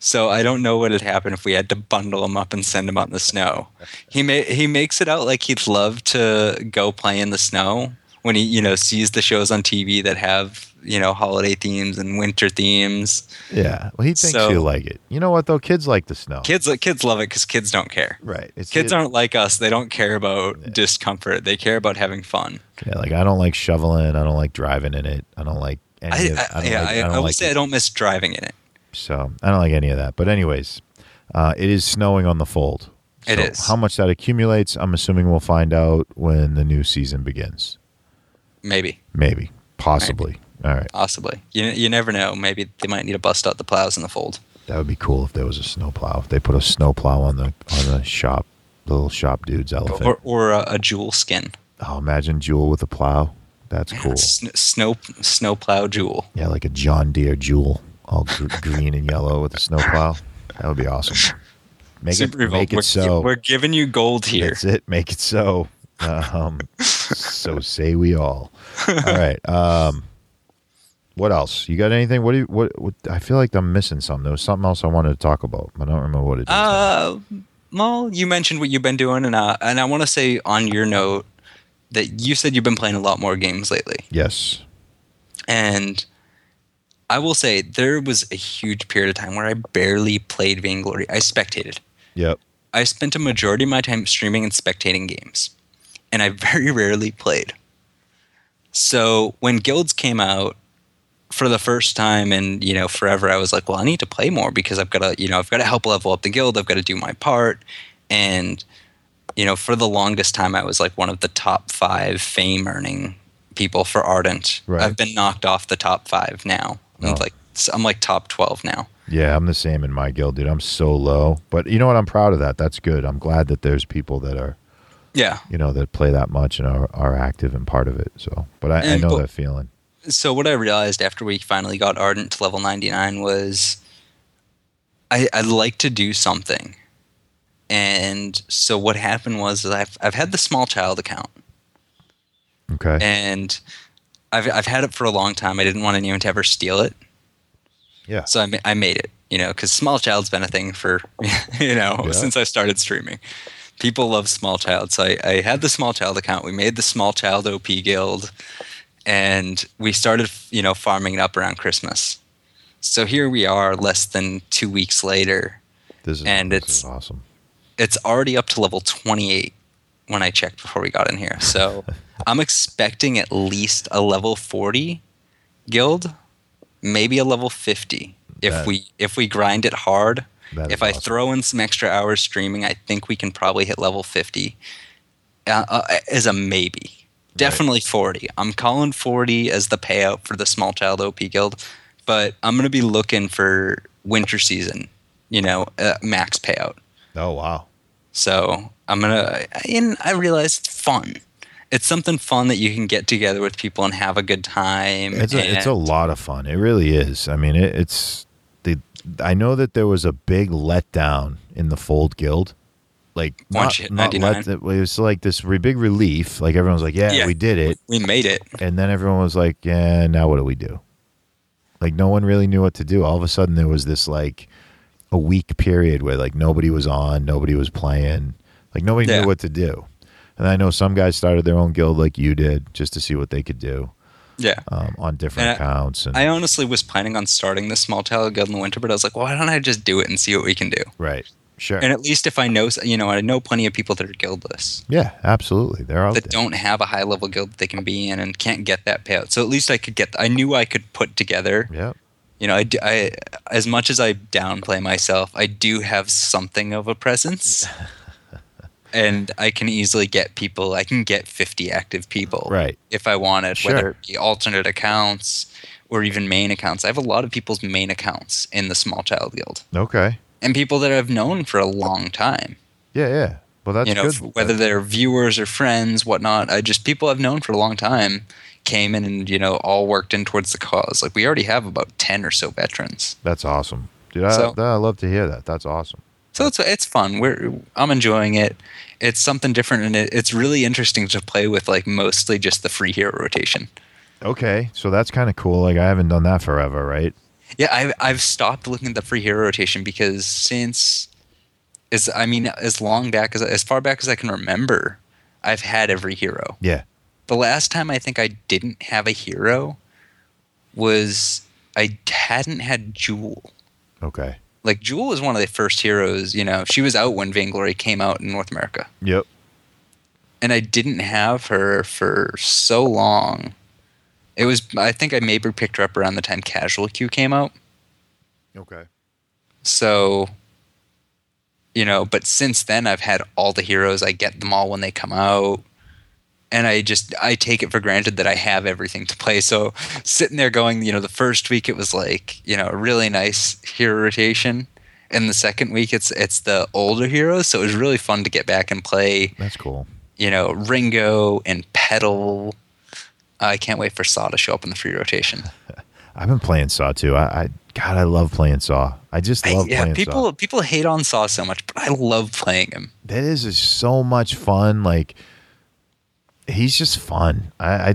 Speaker 2: So I don't know what would happen if we had to bundle him up and send him out in the snow. He ma- he makes it out like he'd love to go play in the snow when he you know sees the shows on TV that have you know holiday themes and winter themes.
Speaker 1: Yeah. Well, he thinks
Speaker 2: So-
Speaker 1: you like it. You know what though? Kids like the snow.
Speaker 2: Kids kids love it because kids don't care.
Speaker 1: right. It's
Speaker 2: Kids
Speaker 1: it-
Speaker 2: aren't like us. They don't care about discomfort. They care about having fun.
Speaker 1: Yeah. Like I don't like shoveling. I don't like driving in it. I don't like any.
Speaker 2: I,
Speaker 1: of,
Speaker 2: I,
Speaker 1: don't
Speaker 2: yeah,
Speaker 1: like-
Speaker 2: I, I,
Speaker 1: don't
Speaker 2: would
Speaker 1: like
Speaker 2: say
Speaker 1: it.
Speaker 2: I don't miss driving in it.
Speaker 1: So I don't like any of that. But anyways, uh, it is snowing on the fold.
Speaker 2: It
Speaker 1: So
Speaker 2: is.
Speaker 1: How much that accumulates, I'm assuming we'll find out when the new season begins.
Speaker 2: Maybe,
Speaker 1: Maybe, possibly. All right.
Speaker 2: possibly. You you never know. Maybe they might need to bust out the plows in the fold.
Speaker 1: That would be cool if there was a snowplow. If they put a snowplow on the on the shop, the little shop dude's elephant.
Speaker 2: or or a, a jewel skin.
Speaker 1: oh, imagine Jewel with a plow. That's cool.
Speaker 2: Sn- snow snowplow jewel.
Speaker 1: Yeah, like a John Deere Jewel, all gr- green and yellow with a snowplow. That would be awesome. Make
Speaker 2: Super
Speaker 1: it,
Speaker 2: Revolt,
Speaker 1: make
Speaker 2: we're,
Speaker 1: it so.
Speaker 2: we're giving you gold here.
Speaker 1: That's it. Make it so. Um, so say we all. All right. Um, what else? You got anything? What do you? What, what? I feel like I'm missing something. There was something else I wanted to talk about. but I don't remember what it is.
Speaker 2: Uh, well, you mentioned what you've been doing, and uh, and I want to say on your note that you said you've been playing a lot more games lately,
Speaker 1: yes.
Speaker 2: and I will say there was a huge period of time where I barely played Vainglory. I spectated.
Speaker 1: Yep.
Speaker 2: I spent a majority of my time streaming and spectating games, and I very rarely played. So when guilds came out for the first time and you know forever, I was like, well, I need to play more because I've got to you know I've got to help level up the guild. I've got to do my part, and you know for the longest time I was like one of the top five fame earning people for Ardent.
Speaker 1: Right.
Speaker 2: I've been knocked off the top five now.
Speaker 1: Oh.
Speaker 2: I'm like I'm like top twelve now.
Speaker 1: Yeah, I'm the same in my guild, dude. I'm so low, but you know what? I'm proud of that. That's good. I'm glad that there's people that are,
Speaker 2: Yeah.
Speaker 1: you know, that play that much and are, are active and part of it. So, but I, I
Speaker 2: And-
Speaker 1: know
Speaker 2: but-
Speaker 1: that feeling.
Speaker 2: so what I realized after we finally got Ardent to level 99 was I, I'd like to do something. And so what happened was is I've, I've had the small child account
Speaker 1: Okay.
Speaker 2: and I've, I've had it for a long time. I didn't want anyone to ever steal it.
Speaker 1: yeah.
Speaker 2: So I, ma- I made it, you know, because small child's been a thing for, you know,
Speaker 1: Yeah.
Speaker 2: since I started streaming. People love small child. So I, I had the small child account. We made the small child OP guild and we started, you know, farming it up around Christmas. So here we are less than two weeks later.
Speaker 1: This is
Speaker 2: and
Speaker 1: this
Speaker 2: it's-
Speaker 1: is awesome.
Speaker 2: It's already up to level 28 when I checked before we got in here. So I'm expecting at least a level 40 guild, maybe a level 50 if
Speaker 1: That-
Speaker 2: we if we grind it hard.
Speaker 1: That is
Speaker 2: If I
Speaker 1: awesome.
Speaker 2: throw in some extra hours streaming, I think we can probably hit level 50 uh, uh, as a maybe. Definitely 40. I'm calling 40 as the payout for the small child OP guild, but I'm going to be looking for winter season, you know, uh, max payout.
Speaker 1: Oh wow.
Speaker 2: So I'm gonna, and I realize it's fun. It's something fun that you can get together with people and have a good time.
Speaker 1: It's a, it's a
Speaker 2: and-
Speaker 1: lot of fun. It really is. I mean, it, it's the I know that there was a big letdown in the Fold Guild. Like not,
Speaker 2: Once you hit
Speaker 1: not
Speaker 2: 99.
Speaker 1: let it was like this re- big relief. Like everyone's like, yeah,
Speaker 2: Yeah.
Speaker 1: we did it,
Speaker 2: we made it.
Speaker 1: and then everyone was like, yeah, now what do we do? Like no one really knew what to do. All of a sudden, there was this like a week period where like nobody was on, nobody was playing, like nobody
Speaker 2: Yeah.
Speaker 1: knew what to do. And I know some guys started their own guild, like you did, just to see what they could do
Speaker 2: Yeah.
Speaker 1: um, on different
Speaker 2: And I-
Speaker 1: accounts. And
Speaker 2: I honestly was planning on starting the small child guild in the winter, but I was like, why don't I just do it and see what we can do?
Speaker 1: Right. Sure.
Speaker 2: And at least if I know, you know, I know plenty of people that are guildless
Speaker 1: yeah, absolutely. They're out
Speaker 2: that
Speaker 1: there.
Speaker 2: don't have a high level guild that they can be in and can't get that payout. So at least I could get, I knew I could put together
Speaker 1: Yep.
Speaker 2: you know, I, d- I- as much as I downplay myself, I do have something of a presence, and I can easily get people. I can get fifty active people,
Speaker 1: Right.
Speaker 2: If I wanted,
Speaker 1: Sure.
Speaker 2: whether it be alternate accounts or even main accounts. I have a lot of people's main accounts in the Small Child Guild,
Speaker 1: Okay.
Speaker 2: and people that I've known for a long time.
Speaker 1: Yeah, yeah. Well, that's
Speaker 2: you know,
Speaker 1: good.
Speaker 2: f- whether they're viewers or friends, whatnot. I just people I've known for a long time came in and you know all worked in towards the cause. Like we already have about ten or so veterans,
Speaker 1: that's awesome, dude. I,
Speaker 2: So-
Speaker 1: I love to hear that. That's awesome.
Speaker 2: so it's it's fun. We're I'm enjoying it. It's something different, and it, it's really interesting to play with. Like mostly just the free hero rotation.
Speaker 1: Okay, so that's kind of cool. Like I haven't done that forever, right?
Speaker 2: Yeah, I've I've stopped looking at the free hero rotation because since as I mean as long back as as far back as I can remember, I've had every hero.
Speaker 1: Yeah.
Speaker 2: The last time I think I didn't have a hero was I hadn't had Jewel.
Speaker 1: Okay.
Speaker 2: Like Jewel was one of the first heroes, you know. She was out when Vainglory came out in North America.
Speaker 1: Yep.
Speaker 2: and I didn't have her for so long. It was I think I maybe picked her up around the time Casual Q came out.
Speaker 1: Okay.
Speaker 2: So you know, but since then I've had all the heroes. I get them all when they come out. And I just I take it for granted that I have everything to play. So sitting there going, you know, the first week it was like, you know, a really nice hero rotation. And the second week it's it's the older heroes, so it was really fun to get back and play
Speaker 1: That's cool.
Speaker 2: you know, Ringo and Pedal. I can't wait for Saw to show up in the free rotation.
Speaker 1: I've been playing Saw too. I, I God, I love playing Saw. I just
Speaker 2: I,
Speaker 1: love
Speaker 2: yeah,
Speaker 1: playing
Speaker 2: people
Speaker 1: Saw.
Speaker 2: people hate on Saw so much, but I love playing him.
Speaker 1: That is just so much fun. Like he's just fun. I I,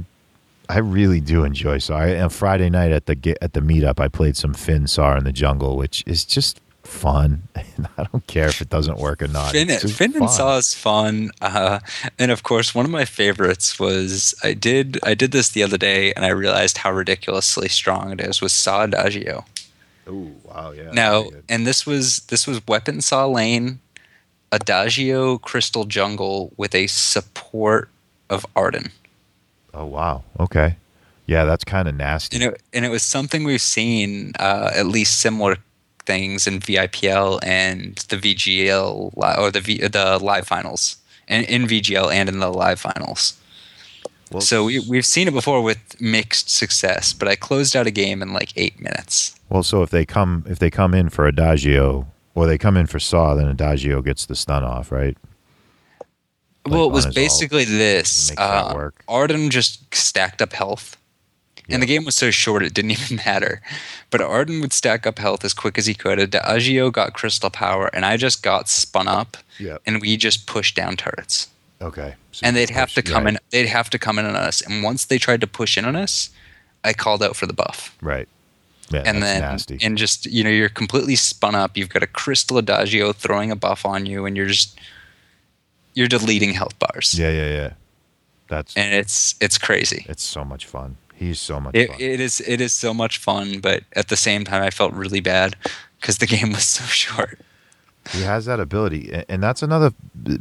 Speaker 1: I really do enjoy Saw. I, and Friday night at the ge- at the meetup, I played some Finn Saw in the jungle, which is just fun. And I don't care if it doesn't work or not.
Speaker 2: Finn,
Speaker 1: It's just
Speaker 2: Finn
Speaker 1: fun.
Speaker 2: and Saw is fun, uh, and of course, one of my favorites was I did I did this the other day, and I realized how ridiculously strong it is with Saw Adagio.
Speaker 1: Ooh, wow, yeah.
Speaker 2: now,
Speaker 1: pretty good.
Speaker 2: and this was this was Weapon Saw Lane, Adagio Crystal Jungle with a support of Arden.
Speaker 1: Oh wow. Okay. Yeah, that's kind of nasty.
Speaker 2: and it, and it was something we've seen uh, at least similar things in VIPL and the VGL li- or the v, the live finals and in VGL and in the live finals.
Speaker 1: Well,
Speaker 2: so we, we've seen it before with mixed success, but I closed out a game in like eight minutes.
Speaker 1: Well, so if they come if they come in for Adagio or they come in for Saw, then Adagio gets the stun off, right?
Speaker 2: well, it was
Speaker 1: on his ult.
Speaker 2: basically this.
Speaker 1: It makes that
Speaker 2: Uh,
Speaker 1: work.
Speaker 2: Arden just stacked up health. And the game was so short it didn't even matter. But Arden would stack up health as quick as he could. Adagio got crystal power, and I just got spun up.
Speaker 1: Yeah.
Speaker 2: and we just pushed down turrets.
Speaker 1: Okay. So
Speaker 2: And
Speaker 1: you
Speaker 2: they'd have
Speaker 1: push-
Speaker 2: to come
Speaker 1: right,
Speaker 2: in. They'd have to come in on us. And once they tried to push in on us, I called out for the buff.
Speaker 1: Right. Yeah,
Speaker 2: And
Speaker 1: that's
Speaker 2: then,
Speaker 1: nasty.
Speaker 2: and just you know, you're completely spun up. You've got a crystal adagio throwing a buff on you, and you're just you're deleting health bars.
Speaker 1: yeah, yeah, yeah. That's
Speaker 2: And it's it's crazy.
Speaker 1: it's so much fun. He's so much
Speaker 2: It,
Speaker 1: fun.
Speaker 2: it is it is so much fun, but at the same time, I felt really bad because the game was so short.
Speaker 1: he has that ability, A- and that's another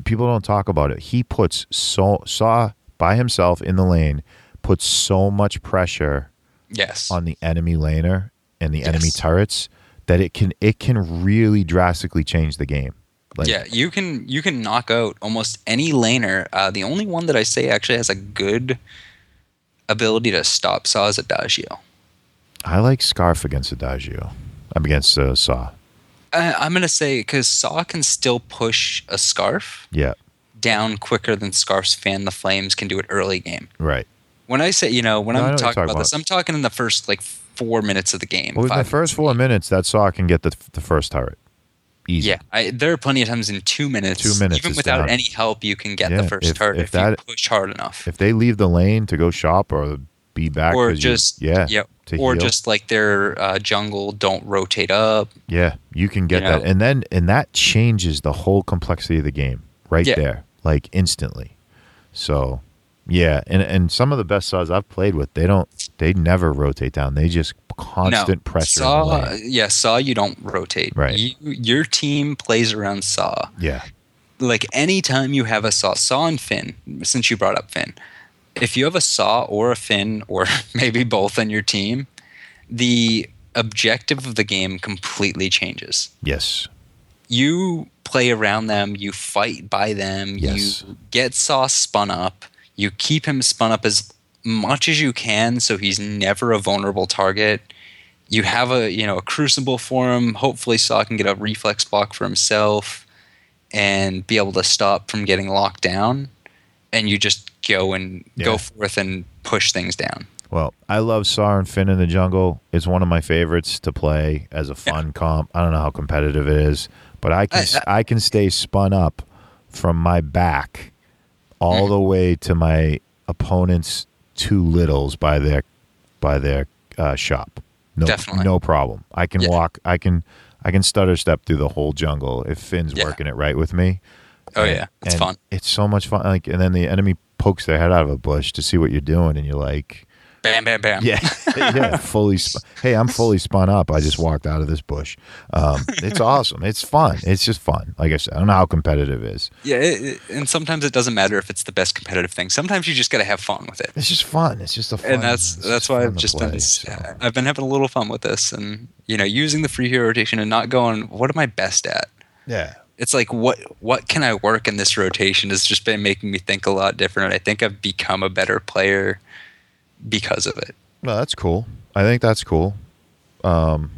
Speaker 1: people don't talk about it. He puts so Saw by himself in the lane, puts so much pressure
Speaker 2: Yes.
Speaker 1: on the enemy laner and the enemy
Speaker 2: Yes.
Speaker 1: turrets that it can it can really drastically change the game. Like,
Speaker 2: yeah, you can you can knock out almost any laner. Uh, the only one that I say actually has a good ability to stop Saw is Adagio.
Speaker 1: I like Scarf against Adagio. I'm against uh, Saw.
Speaker 2: I, I'm gonna say because Saw can still push a Scarf
Speaker 1: Yeah,
Speaker 2: down quicker than Scarf's fan the flames can do it early game.
Speaker 1: right.
Speaker 2: When I say you know when
Speaker 1: No, I know
Speaker 2: I'm
Speaker 1: what you're
Speaker 2: talking
Speaker 1: talking
Speaker 2: about this,
Speaker 1: about.
Speaker 2: I'm talking in the first like four minutes of the game.
Speaker 1: Well, within the
Speaker 2: five
Speaker 1: first four minutes, that Saw can get the the first turret. Easy.
Speaker 2: Yeah, I, there are plenty of times in two minutes,
Speaker 1: Two minutes
Speaker 2: even
Speaker 1: is
Speaker 2: without
Speaker 1: down.
Speaker 2: any help, you can get
Speaker 1: Yeah,
Speaker 2: the first
Speaker 1: if-
Speaker 2: turret
Speaker 1: if
Speaker 2: if,
Speaker 1: that-
Speaker 2: you push hard enough.
Speaker 1: If they leave the lane to go shop or be back,
Speaker 2: or
Speaker 1: 'cause you-
Speaker 2: just
Speaker 1: yeah, to
Speaker 2: or
Speaker 1: heal.
Speaker 2: just like their uh, jungle don't rotate up.
Speaker 1: yeah, you can get
Speaker 2: you
Speaker 1: that,
Speaker 2: know.
Speaker 1: and then and that changes the whole complexity of the game right
Speaker 2: Yeah.
Speaker 1: there, like instantly. So, yeah, and and some of the best saws I've played with, they don't, they never rotate down. They just constant
Speaker 2: no,
Speaker 1: pressure. in the
Speaker 2: Saw,
Speaker 1: lane.
Speaker 2: yeah, saw you don't rotate.
Speaker 1: Right.
Speaker 2: You, your team plays around saw.
Speaker 1: Yeah,
Speaker 2: Like anytime you have a saw, saw and fin. Since you brought up fin, if you have a saw or a fin or maybe both on your team, the objective of the game completely changes.
Speaker 1: yes,
Speaker 2: you play around them, you fight by them,
Speaker 1: Yes.
Speaker 2: you get Sauce spun up, you keep him spun up as much as you can so he's never a vulnerable target. You have a you know a crucible for him. Hopefully Saw can get a reflex block for himself. and be able to stop from getting locked down and you just go and
Speaker 1: Yeah.
Speaker 2: go forth and push things down.
Speaker 1: Well, I love Sar and Finn in the Jungle. It's one of my favorites to play as a fun comp. I don't know how competitive it is, but I can
Speaker 2: I-
Speaker 1: I, can stay spun up from my back
Speaker 2: Hmm.
Speaker 1: all the way to my opponent's two littles by their by their uh, shop. No,
Speaker 2: Definitely.
Speaker 1: no problem. I can
Speaker 2: Yeah.
Speaker 1: walk. I can I can stutter step through the whole jungle if Finn's
Speaker 2: Yeah.
Speaker 1: working it right with me.
Speaker 2: Oh
Speaker 1: And-
Speaker 2: yeah, it's
Speaker 1: and
Speaker 2: fun.
Speaker 1: It's so much fun. Like, and then the enemy pokes their head out of a bush to see what you're doing, and you're like.
Speaker 2: Bam, bam, bam.
Speaker 1: Yeah, yeah, fully. Sp- hey, I'm fully spun up. I just walked out of this bush. Um, it's awesome. It's fun. It's just fun. Like I said, I don't know how competitive it is.
Speaker 2: yeah. It, it- and sometimes it doesn't matter if it's the best competitive thing. Sometimes you just got to have fun with it.
Speaker 1: It's just fun. It's just a fun.
Speaker 2: and that's
Speaker 1: it's
Speaker 2: that's why
Speaker 1: fun
Speaker 2: I've
Speaker 1: to
Speaker 2: just
Speaker 1: play,
Speaker 2: been
Speaker 1: so.
Speaker 2: I've been having a little fun with this, and you know, using the free hero rotation and not going, what am I best at?
Speaker 1: Yeah,
Speaker 2: It's like what what can I work in this rotation has just been making me think a lot different. And I think I've become a better player because of it.
Speaker 1: no, that's cool. I think that's cool. Um,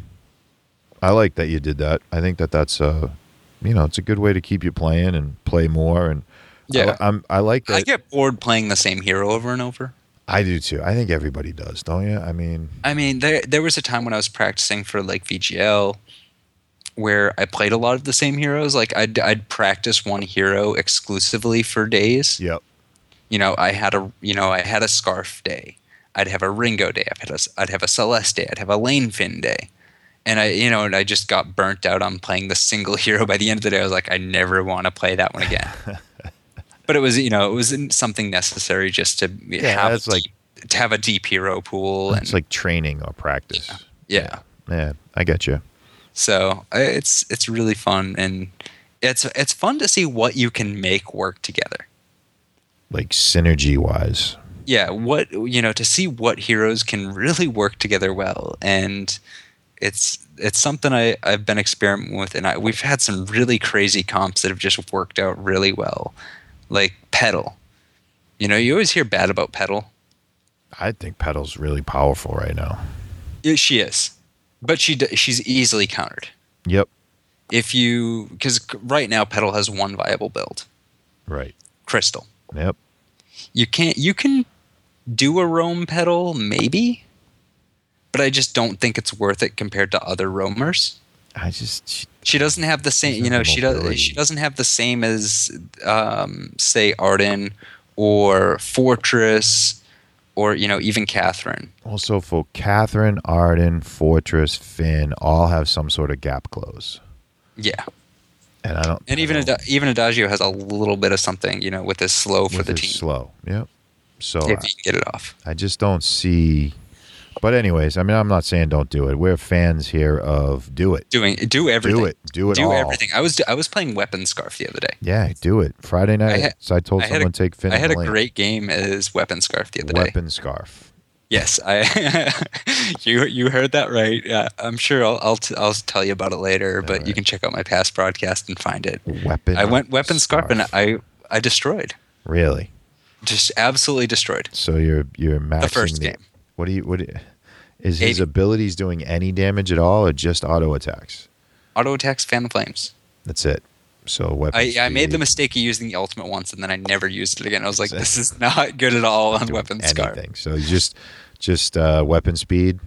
Speaker 1: I like that you did that. I think that that's uh you know, it's a good way to keep you playing and play more. And
Speaker 2: Yeah.
Speaker 1: I, am I like that.
Speaker 2: I get bored playing the same hero over and over.
Speaker 1: I do too. I think everybody does, don't you? I mean,
Speaker 2: I mean, there there was a time when I was practicing for like VGL where I played a lot of the same heroes. Like I'd I'd practice one hero exclusively for days.
Speaker 1: yep.
Speaker 2: you know i had a you know i had a scarf day i'd have a ringo day i'd, had a, I'd have a celeste day i'd have a lane fin day and i you know and i just got burnt out on playing the single hero by the end of the day i was like i never want to play that one again but it was you know it was something necessary just to have
Speaker 1: that's
Speaker 2: a
Speaker 1: like-
Speaker 2: deep, to have a deep hero pool and
Speaker 1: It's like training or practice.
Speaker 2: yeah
Speaker 1: Yeah, I get you.
Speaker 2: so I- it's it's really fun and it's it's fun to see what you can make work together
Speaker 1: Like synergy wise.
Speaker 2: yeah what you know to see what heroes can really work together well and it's it's something I, I've been experimenting with and I, we've had some really crazy comps that have just worked out really well like pedal you know you always hear bad about pedal
Speaker 1: I think Pedal's really powerful right now.
Speaker 2: yeah, she is but she d- she's easily countered
Speaker 1: Yep.
Speaker 2: if you because right now pedal has one viable build
Speaker 1: Right.
Speaker 2: crystal
Speaker 1: Yep.
Speaker 2: you can't you can do a roam pedal maybe but i just don't think it's worth it compared to other roamers
Speaker 1: I just
Speaker 2: she doesn't have the same you know she
Speaker 1: Mobility.
Speaker 2: does she doesn't have the same as um, say arden or fortress or you know even catherine
Speaker 1: also for Catherine, Arden, Fortress, Finn all have some sort of gap close.
Speaker 2: yeah
Speaker 1: And I don't
Speaker 2: and even
Speaker 1: I don't-
Speaker 2: Ad- even adagio has a little bit of something you know with this slow for
Speaker 1: with
Speaker 2: the
Speaker 1: his
Speaker 2: team
Speaker 1: slow. Yep. So
Speaker 2: if
Speaker 1: I-
Speaker 2: you can get it off
Speaker 1: I just don't see but anyways, I mean I'm not saying don't do it. We're fans here of do it.
Speaker 2: doing do everything
Speaker 1: Do it. Do it
Speaker 2: do
Speaker 1: all.
Speaker 2: everything i was i was playing weapon scarf the other day
Speaker 1: Yeah, do it. Friday night.
Speaker 2: had-
Speaker 1: so I told
Speaker 2: I had a-
Speaker 1: someone take Finn
Speaker 2: I had
Speaker 1: and
Speaker 2: a
Speaker 1: Lane.
Speaker 2: great game as Weapon Scarf the other day.
Speaker 1: weapon scarf.
Speaker 2: Yes, I you you heard that right. Yeah, I'm sure I'll I'll, t- I'll tell you about it later, but you
Speaker 1: Alright.
Speaker 2: can check out my past broadcast and find it.
Speaker 1: Weapon
Speaker 2: I went Weapon Scarf and I I destroyed.
Speaker 1: Really?
Speaker 2: Just absolutely destroyed.
Speaker 1: So you're you're maxing
Speaker 2: first game.
Speaker 1: What do you what do you- is his
Speaker 2: 80.
Speaker 1: abilities doing any damage at all or just auto attacks?
Speaker 2: Auto attacks Phantom Flames.
Speaker 1: That's it. So weapon.
Speaker 2: I, I made the
Speaker 1: speed,
Speaker 2: mistake of using the ultimate once and then I never used it again. I was like, this is not good at all on
Speaker 1: doing
Speaker 2: Weapon Scarf.
Speaker 1: anything. So you just just uh, weapon speed.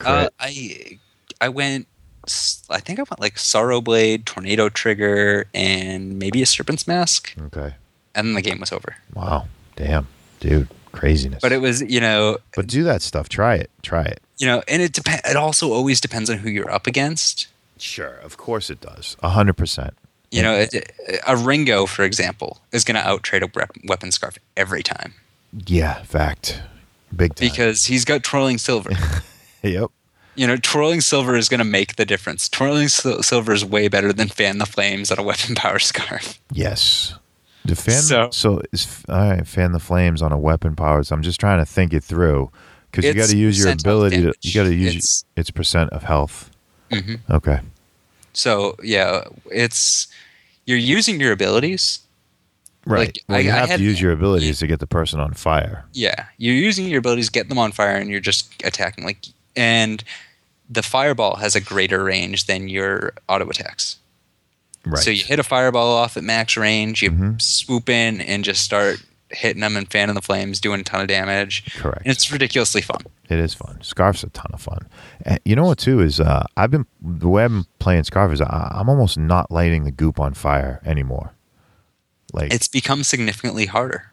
Speaker 2: Uh,
Speaker 1: Crit.
Speaker 2: I I went. s- I think I went like Sorrow Blade, Tornado Trigger, and maybe a Serpent's Mask,
Speaker 1: okay.
Speaker 2: and then the game was over.
Speaker 1: Wow. Damn, dude, craziness.
Speaker 2: But it was you know
Speaker 1: but do that stuff. Try it. Try it.
Speaker 2: you know, and it depend. It also always depends on who you're up against.
Speaker 1: Sure. Of course it does. A hundred percent.
Speaker 2: You know, it, a Ringo, for example, is going to outtrade a rep- weapon scarf every time
Speaker 1: Yeah. Fact. Big time.
Speaker 2: because he's got twirling silver.
Speaker 1: yep.
Speaker 2: you know, twirling silver is going to make the difference. Twirling sil- silver is way better than fan the flames on a weapon power scarf.
Speaker 1: Yes. The fan, so,
Speaker 2: So-
Speaker 1: is all right. Fan the flames on a weapon powers. I'm just trying to think it through because you
Speaker 2: It's
Speaker 1: got to use your
Speaker 2: percent health
Speaker 1: ability to.
Speaker 2: damage.
Speaker 1: You got to use
Speaker 2: It's-
Speaker 1: its, percent of health.
Speaker 2: Mhm.
Speaker 1: Okay.
Speaker 2: So yeah, it's you're using your abilities.
Speaker 1: Right.
Speaker 2: Like,
Speaker 1: well,
Speaker 2: I-
Speaker 1: you
Speaker 2: I
Speaker 1: have
Speaker 2: had-
Speaker 1: to use your abilities to get the person on fire.
Speaker 2: Yeah, you're using your abilities, get them on fire, and you're just attacking. Like, and the fireball has a greater range than your auto attacks.
Speaker 1: Right. Mm-hmm.
Speaker 2: So you hit a fireball off at max range, you swoop in and just start hitting them and fanning the flames, doing a ton of damage.
Speaker 1: Correct.
Speaker 2: And it's ridiculously fun.
Speaker 1: It is fun. Scarf's a ton of fun. And you know what too is uh, I've been the way I'm playing Scarf is I, I'm almost not lighting the goop on fire anymore. Like
Speaker 2: It's become significantly harder.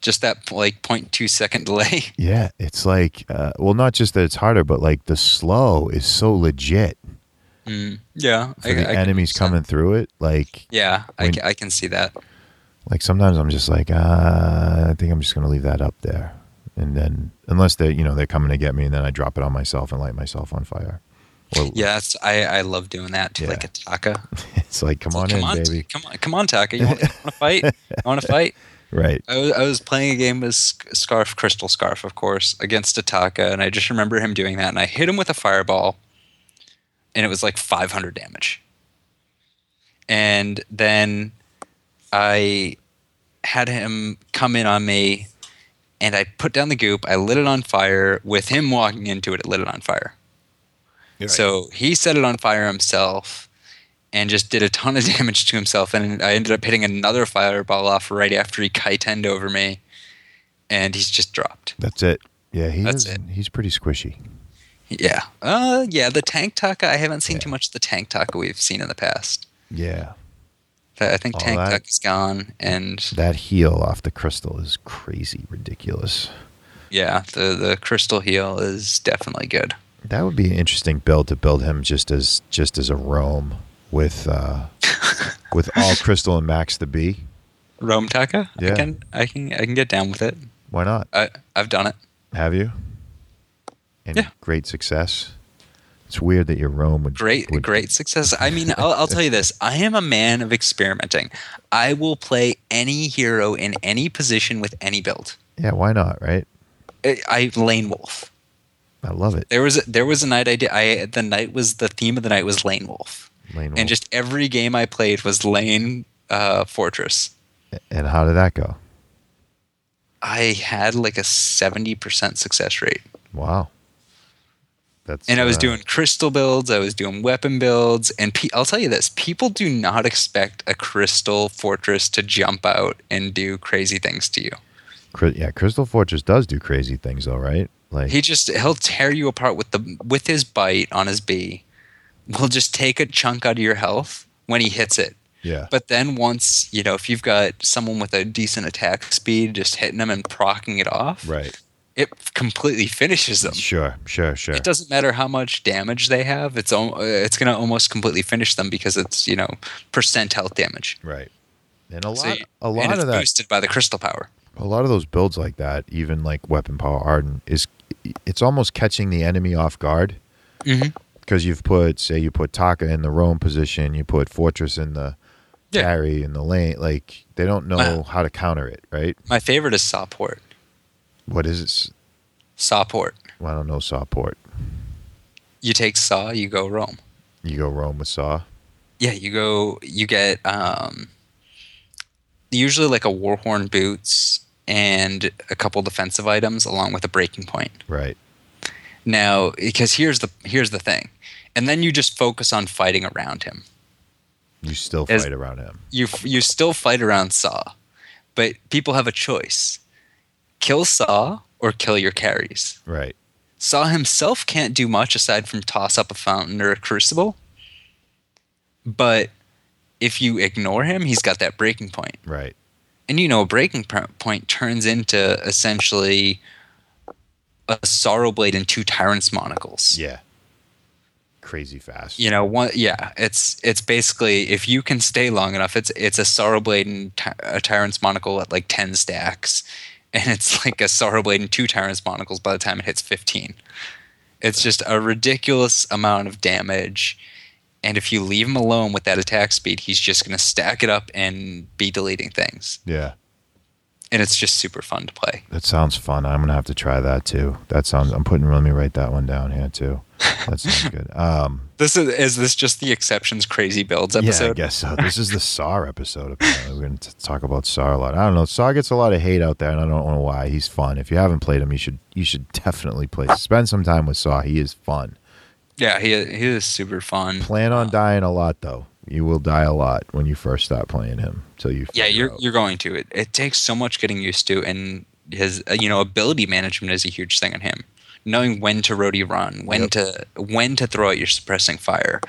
Speaker 2: Just that like 0.2 second delay.
Speaker 1: yeah, it's like uh, well, not just that it's harder, but like the slow is so legit
Speaker 2: Mm. Yeah.
Speaker 1: for the enemies coming through it. Like
Speaker 2: Yeah, I,
Speaker 1: when-
Speaker 2: ca- I can see that.
Speaker 1: like sometimes I'm just like uh, I think I'm just gonna leave that up there, and then unless they you know they're coming to get me, and then I drop it on myself and light myself on fire. Or,
Speaker 2: Yeah, that's, I, I love doing that to like a Taka.
Speaker 1: it's like come on
Speaker 2: come
Speaker 1: in,
Speaker 2: on,
Speaker 1: baby.
Speaker 2: come on, come on, Taka. You want to fight? You want to fight?
Speaker 1: Right.
Speaker 2: I was, I was playing a game with Sc- Scarf, Crystal Scarf, of course, against Ataka, and I just remember him doing that, and I hit him with a fireball, and it was like 500 damage. And then I had him come in on me, and I put down the goop, I lit it on fire. With him walking into it, it lit it on fire. So he set it on fire himself and just did a ton of damage to himself. And I ended up hitting another fireball off right after he kitened over me. And he's just dropped.
Speaker 1: That's it. Yeah, he
Speaker 2: That's
Speaker 1: is- he's pretty squishy.
Speaker 2: Yeah. Uh, yeah, the tank taka. I haven't seen too much of the tank taka we've seen in the past.
Speaker 1: Yeah.
Speaker 2: I think
Speaker 1: All
Speaker 2: tank
Speaker 1: that-
Speaker 2: taka's gone. And
Speaker 1: That heel off the crystal is crazy ridiculous.
Speaker 2: yeah, the, the crystal heel is definitely good.
Speaker 1: That would be an interesting build to build him just as just as a roam with uh with all crystal and max the B.
Speaker 2: Rome taka?
Speaker 1: Yeah.
Speaker 2: I can, I can, I can get down with it.
Speaker 1: Why not?
Speaker 2: I, I've done it.
Speaker 1: Have you? And
Speaker 2: Yeah.
Speaker 1: great success. It's weird that your roam would
Speaker 2: great
Speaker 1: would-
Speaker 2: great success i mean I'll, I'll tell you this i am a man of experimenting i will play any hero in any position with any build
Speaker 1: Yeah, why not, right?
Speaker 2: i, I lane wolf
Speaker 1: I love it.
Speaker 2: there was a, there was a night i did i the night was the theme of the night was lane wolf
Speaker 1: Lane
Speaker 2: and just every game i played was lane uh, fortress
Speaker 1: and how did that go?
Speaker 2: i had like a 70% success rate
Speaker 1: Wow. That's
Speaker 2: and I was
Speaker 1: uh,
Speaker 2: doing crystal builds, I was doing weapon builds, and pe- I'll tell you this: people do not expect a crystal fortress to jump out and do crazy things to you.
Speaker 1: Cri- yeah, Crystal Fortress does do crazy things though, right? Like
Speaker 2: He just he'll tear you apart with the with his bite on his B. Will just take a chunk out of your health when he hits it.
Speaker 1: yeah.
Speaker 2: But then once you know if you've got someone with a decent attack speed, just hitting them and procking it off,
Speaker 1: right.
Speaker 2: it completely finishes them.
Speaker 1: Sure, sure, sure.
Speaker 2: It doesn't matter how much damage they have; it's al- uh, it's going to almost completely finish them because it's you know percent health damage.
Speaker 1: Right. And a lot,
Speaker 2: So you-
Speaker 1: a
Speaker 2: and
Speaker 1: lot
Speaker 2: it's
Speaker 1: of that,
Speaker 2: boosted by the crystal power.
Speaker 1: a lot of those builds like that, even like Weapon Power Arden, is it's almost catching the enemy off guard
Speaker 2: Mhm.
Speaker 1: because you've put, say, you put Taka in the roam position, you put Fortress in the
Speaker 2: Yeah.
Speaker 1: carry in the lane. Like they don't know
Speaker 2: Wow.
Speaker 1: how to counter it, right?
Speaker 2: My favorite is Sawport.
Speaker 1: What is it? S-
Speaker 2: Sawport.
Speaker 1: well, I don't know. Saw port.
Speaker 2: You take Saw, you go Rome.
Speaker 1: You go roam with Saw.
Speaker 2: Yeah, you go. You get um, usually like a warhorn boots and a couple defensive items along with a breaking point.
Speaker 1: Right.
Speaker 2: Now, because here's the here's the thing, and then you just focus on fighting around him.
Speaker 1: You still fight
Speaker 2: As-
Speaker 1: around him.
Speaker 2: You you still fight around Saw, but people have a choice: kill Saw or kill your carries.
Speaker 1: Right.
Speaker 2: Saw himself can't do much aside from toss up a fountain or a crucible. But if you ignore him, he's got that breaking point.
Speaker 1: Right.
Speaker 2: And you know, a breaking p- point turns into essentially a sorrow blade and two tyrant's monocles.
Speaker 1: Yeah. Crazy fast.
Speaker 2: You know, one yeah, it's it's basically if you can stay long enough, it's it's a sorrow blade and ty- a tyrant's monocle at like 10 stacks. And it's like a sorrow blade and two tyrant's monocles by the time it hits 15. It's just a ridiculous amount of damage. And if you leave him alone with that attack speed, he's just going to stack it up and be deleting things.
Speaker 1: Yeah.
Speaker 2: And it's just super fun to play.
Speaker 1: That sounds fun. I'm gonna have to try that too. That sounds. I'm putting. Let me write that one down here too. That sounds good. Um,
Speaker 2: This is is this just the exceptions crazy builds
Speaker 1: yeah, I
Speaker 2: episode?
Speaker 1: guess so. This is the SAR episode. Apparently, we're gonna t- talk about SAR a lot. I don't know. SAR gets a lot of hate out there, and I don't know why. He's fun. If you haven't played him, you should. You should definitely play. Spend some time with SAR. He is fun.
Speaker 2: yeah, he he is super fun.
Speaker 1: Plan on dying a lot though. You will die a lot when you first start playing him. So you
Speaker 2: Yeah,
Speaker 1: figure
Speaker 2: you're
Speaker 1: out.
Speaker 2: you're going to. It it takes so much getting used to, and his uh, you know ability management is a huge thing on him. Knowing when to roadie run, when
Speaker 1: Yep.
Speaker 2: to when to throw out your suppressing fire,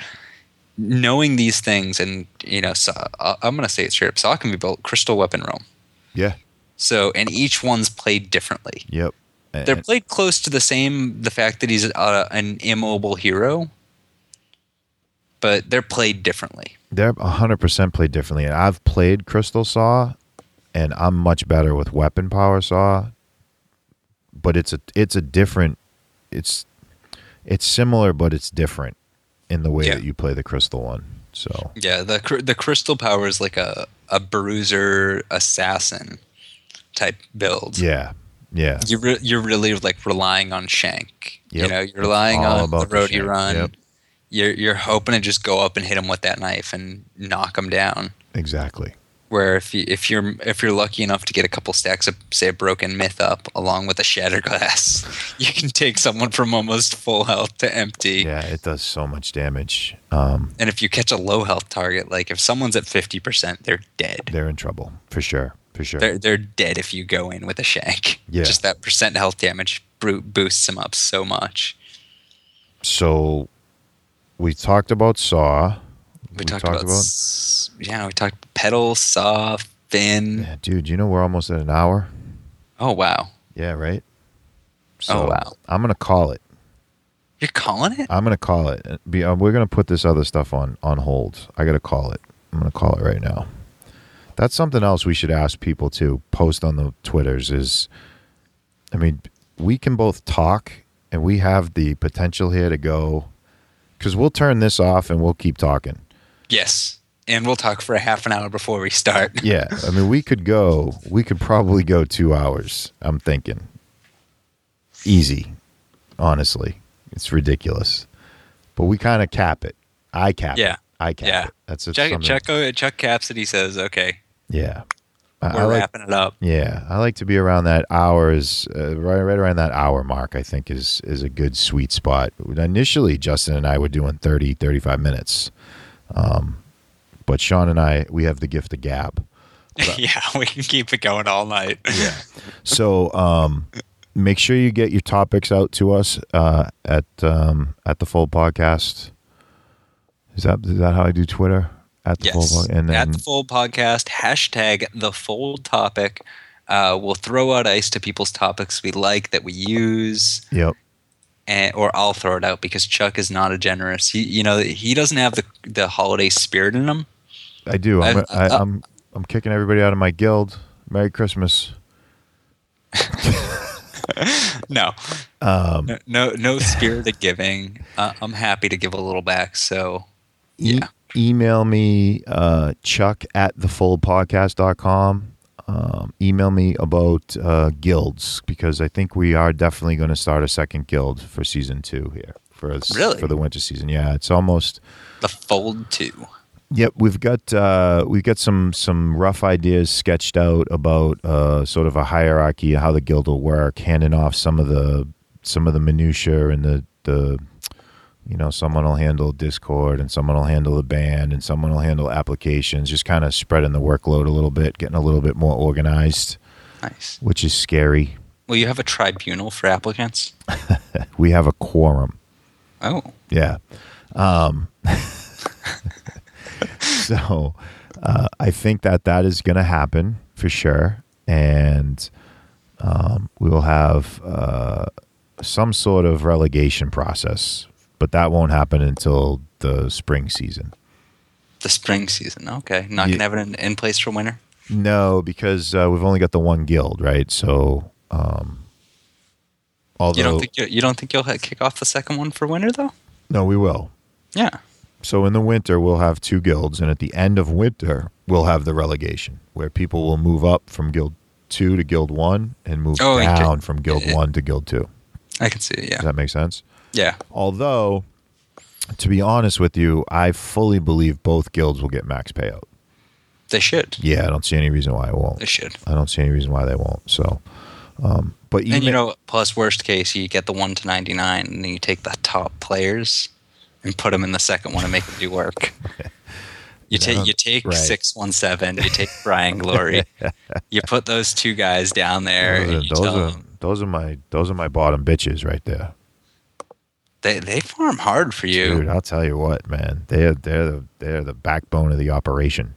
Speaker 2: knowing these things, and you know, Saw, I- I'm gonna say it straight up. Saw can be built crystal weapon realm.
Speaker 1: yeah,
Speaker 2: So, and each one's played differently.
Speaker 1: yep. And,
Speaker 2: They're played close to the same. The fact that he's uh, an immobile hero, but they're played differently.
Speaker 1: they're 100% played differently. And I've played Crystal Saw, and I'm much better with Weapon Power Saw. But it's a it's a different. It's it's similar, but it's different in the way
Speaker 2: Yeah.
Speaker 1: that you play the Crystal one. So
Speaker 2: Yeah, the cr- the crystal power is like a a bruiser assassin type build.
Speaker 1: yeah, yeah,
Speaker 2: You're re- you're really like relying on Shank. You
Speaker 1: Yep.
Speaker 2: know, you're
Speaker 1: It's
Speaker 2: relying
Speaker 1: all
Speaker 2: on the
Speaker 1: about the
Speaker 2: road you
Speaker 1: Shank.
Speaker 2: run.
Speaker 1: Yep.
Speaker 2: You're you're hoping to just go up and hit him with that knife and knock him down.
Speaker 1: exactly.
Speaker 2: Where if you if you're if you're lucky enough to get a couple stacks of say a broken myth up along with a shatter glass, you can take someone from almost full health to empty.
Speaker 1: Yeah, it does so much damage. Um,
Speaker 2: And if you catch a low health target, like if someone's at fifty percent, they're dead.
Speaker 1: they're in trouble for sure, for sure.
Speaker 2: They're they're dead if you go in with a shank.
Speaker 1: Yeah.
Speaker 2: Just that percent health damage bru- boosts them up so much.
Speaker 1: so we talked about Saw.
Speaker 2: We, talked, about, s- yeah, we talked pedal, saw, fin.
Speaker 1: Yeah, dude. You know we're almost at an hour.
Speaker 2: Oh wow.
Speaker 1: Yeah, right.
Speaker 2: Oh, wow.
Speaker 1: I'm gonna call it.
Speaker 2: You're calling it?
Speaker 1: I'm gonna call it. Be, uh, we're gonna put this other stuff on on hold. I gotta call it. I'm gonna call it right now. That's something else we should ask people to post on the twitters. Is, I mean, we can both talk, and we have the potential here to go, because we'll turn this off and we'll keep talking.
Speaker 2: Yes. And we'll talk for a half an hour before we start.
Speaker 1: Yeah, I mean, we could go. We could probably go two hours. I'm thinking, easy. Honestly, it's ridiculous, but we kind of cap it. I cap.
Speaker 2: Yeah.
Speaker 1: It. I cap.
Speaker 2: Yeah.
Speaker 1: It. That's a,
Speaker 2: Chuck
Speaker 1: something-
Speaker 2: Chuck, uh, Chuck Capsity says, "Okay,
Speaker 1: Yeah. I,
Speaker 2: we're
Speaker 1: I like.
Speaker 2: wrapping it up."
Speaker 1: Yeah, I like to be around that hours, uh, right, right around that hour mark. I think is is a good sweet spot. Initially, Justin and I were doing 30, 35 minutes, um, but Sean and I we have the gift of gab.
Speaker 2: yeah, we can keep it going all night. Yeah.
Speaker 1: So um, make sure you get your topics out to us uh, at um, at the full podcast. Is that is that how I do Twitter at the full
Speaker 2: Yes.
Speaker 1: podcast? And then
Speaker 2: at the fold podcast, hashtag the fold topic. Uh, we'll throw out ice to people's topics we like that we use,
Speaker 1: yep,
Speaker 2: and, or I'll throw it out because Chuck is not a generous. He, you know, he doesn't have the the holiday spirit in him.
Speaker 1: I do. I'm
Speaker 2: I've-
Speaker 1: I,
Speaker 2: uh,
Speaker 1: I'm I'm kicking everybody out of my guild. Merry Christmas.
Speaker 2: No, no, no, no spirit of giving. Uh, I'm happy to give a little back. So,
Speaker 1: E-
Speaker 2: Yeah.
Speaker 1: email me uh, Chuck at the full podcast.com. Um, email me about uh, guilds because I think we are definitely going to start a second guild for season two here for us
Speaker 2: Really?
Speaker 1: for the winter season. Yeah, it's almost
Speaker 2: the fold two.
Speaker 1: Yep, we've got uh, we've got some some rough ideas sketched out about uh, sort of a hierarchy, how the guild will work, handing off some of the some of the minutia and the the you know someone will handle Discord and someone will handle the band and someone will handle applications, just kind of spreading the workload a little bit, getting a little bit more organized,
Speaker 2: Nice.
Speaker 1: which is scary.
Speaker 2: Well, you have a tribunal for applicants.
Speaker 1: We have a quorum.
Speaker 2: Oh,
Speaker 1: Yeah. Um, so uh, I think that that is going to happen for sure. And um, we will have uh, some sort of relegation process, but that won't happen until the spring season.
Speaker 2: the spring season. Okay, not
Speaker 1: Ye-
Speaker 2: gonna have it in, in place for winter.
Speaker 1: No, because uh, we've only got the one guild, right? So, um, although,
Speaker 2: You don't think you, you don't think you'll ha- kick off the second one for winter though?
Speaker 1: no, we will.
Speaker 2: Yeah.
Speaker 1: So in the winter, we'll have two guilds, and at the end of winter, we'll have the relegation where people will move up from Guild Two to Guild One and move
Speaker 2: Oh, and
Speaker 1: down
Speaker 2: get-
Speaker 1: from Guild
Speaker 2: eh.
Speaker 1: One to Guild Two.
Speaker 2: I can see it.
Speaker 1: Does
Speaker 2: Yeah.
Speaker 1: that make sense?
Speaker 2: Yeah.
Speaker 1: Although, to be honest with you, I fully believe both guilds will get max payout.
Speaker 2: They should.
Speaker 1: Yeah, I don't see any reason why it
Speaker 2: They
Speaker 1: won't.
Speaker 2: should.
Speaker 1: I don't see any reason why they won't. So, um, but even
Speaker 2: and you know, plus worst case, you get the one to ninety nine, and then you take the top players and put them in the second one and make them do work. You
Speaker 1: No,
Speaker 2: take you take
Speaker 1: right.
Speaker 2: six one seven. You take Brian Glory. you put those two guys down there.
Speaker 1: Those
Speaker 2: and
Speaker 1: are,
Speaker 2: you
Speaker 1: those,
Speaker 2: tell
Speaker 1: are,
Speaker 2: 'em,
Speaker 1: those are my those are my bottom bitches right there.
Speaker 2: they they farm hard for you.
Speaker 1: Dude, I'll tell you what, man. They're they're the, they're the backbone of the operation.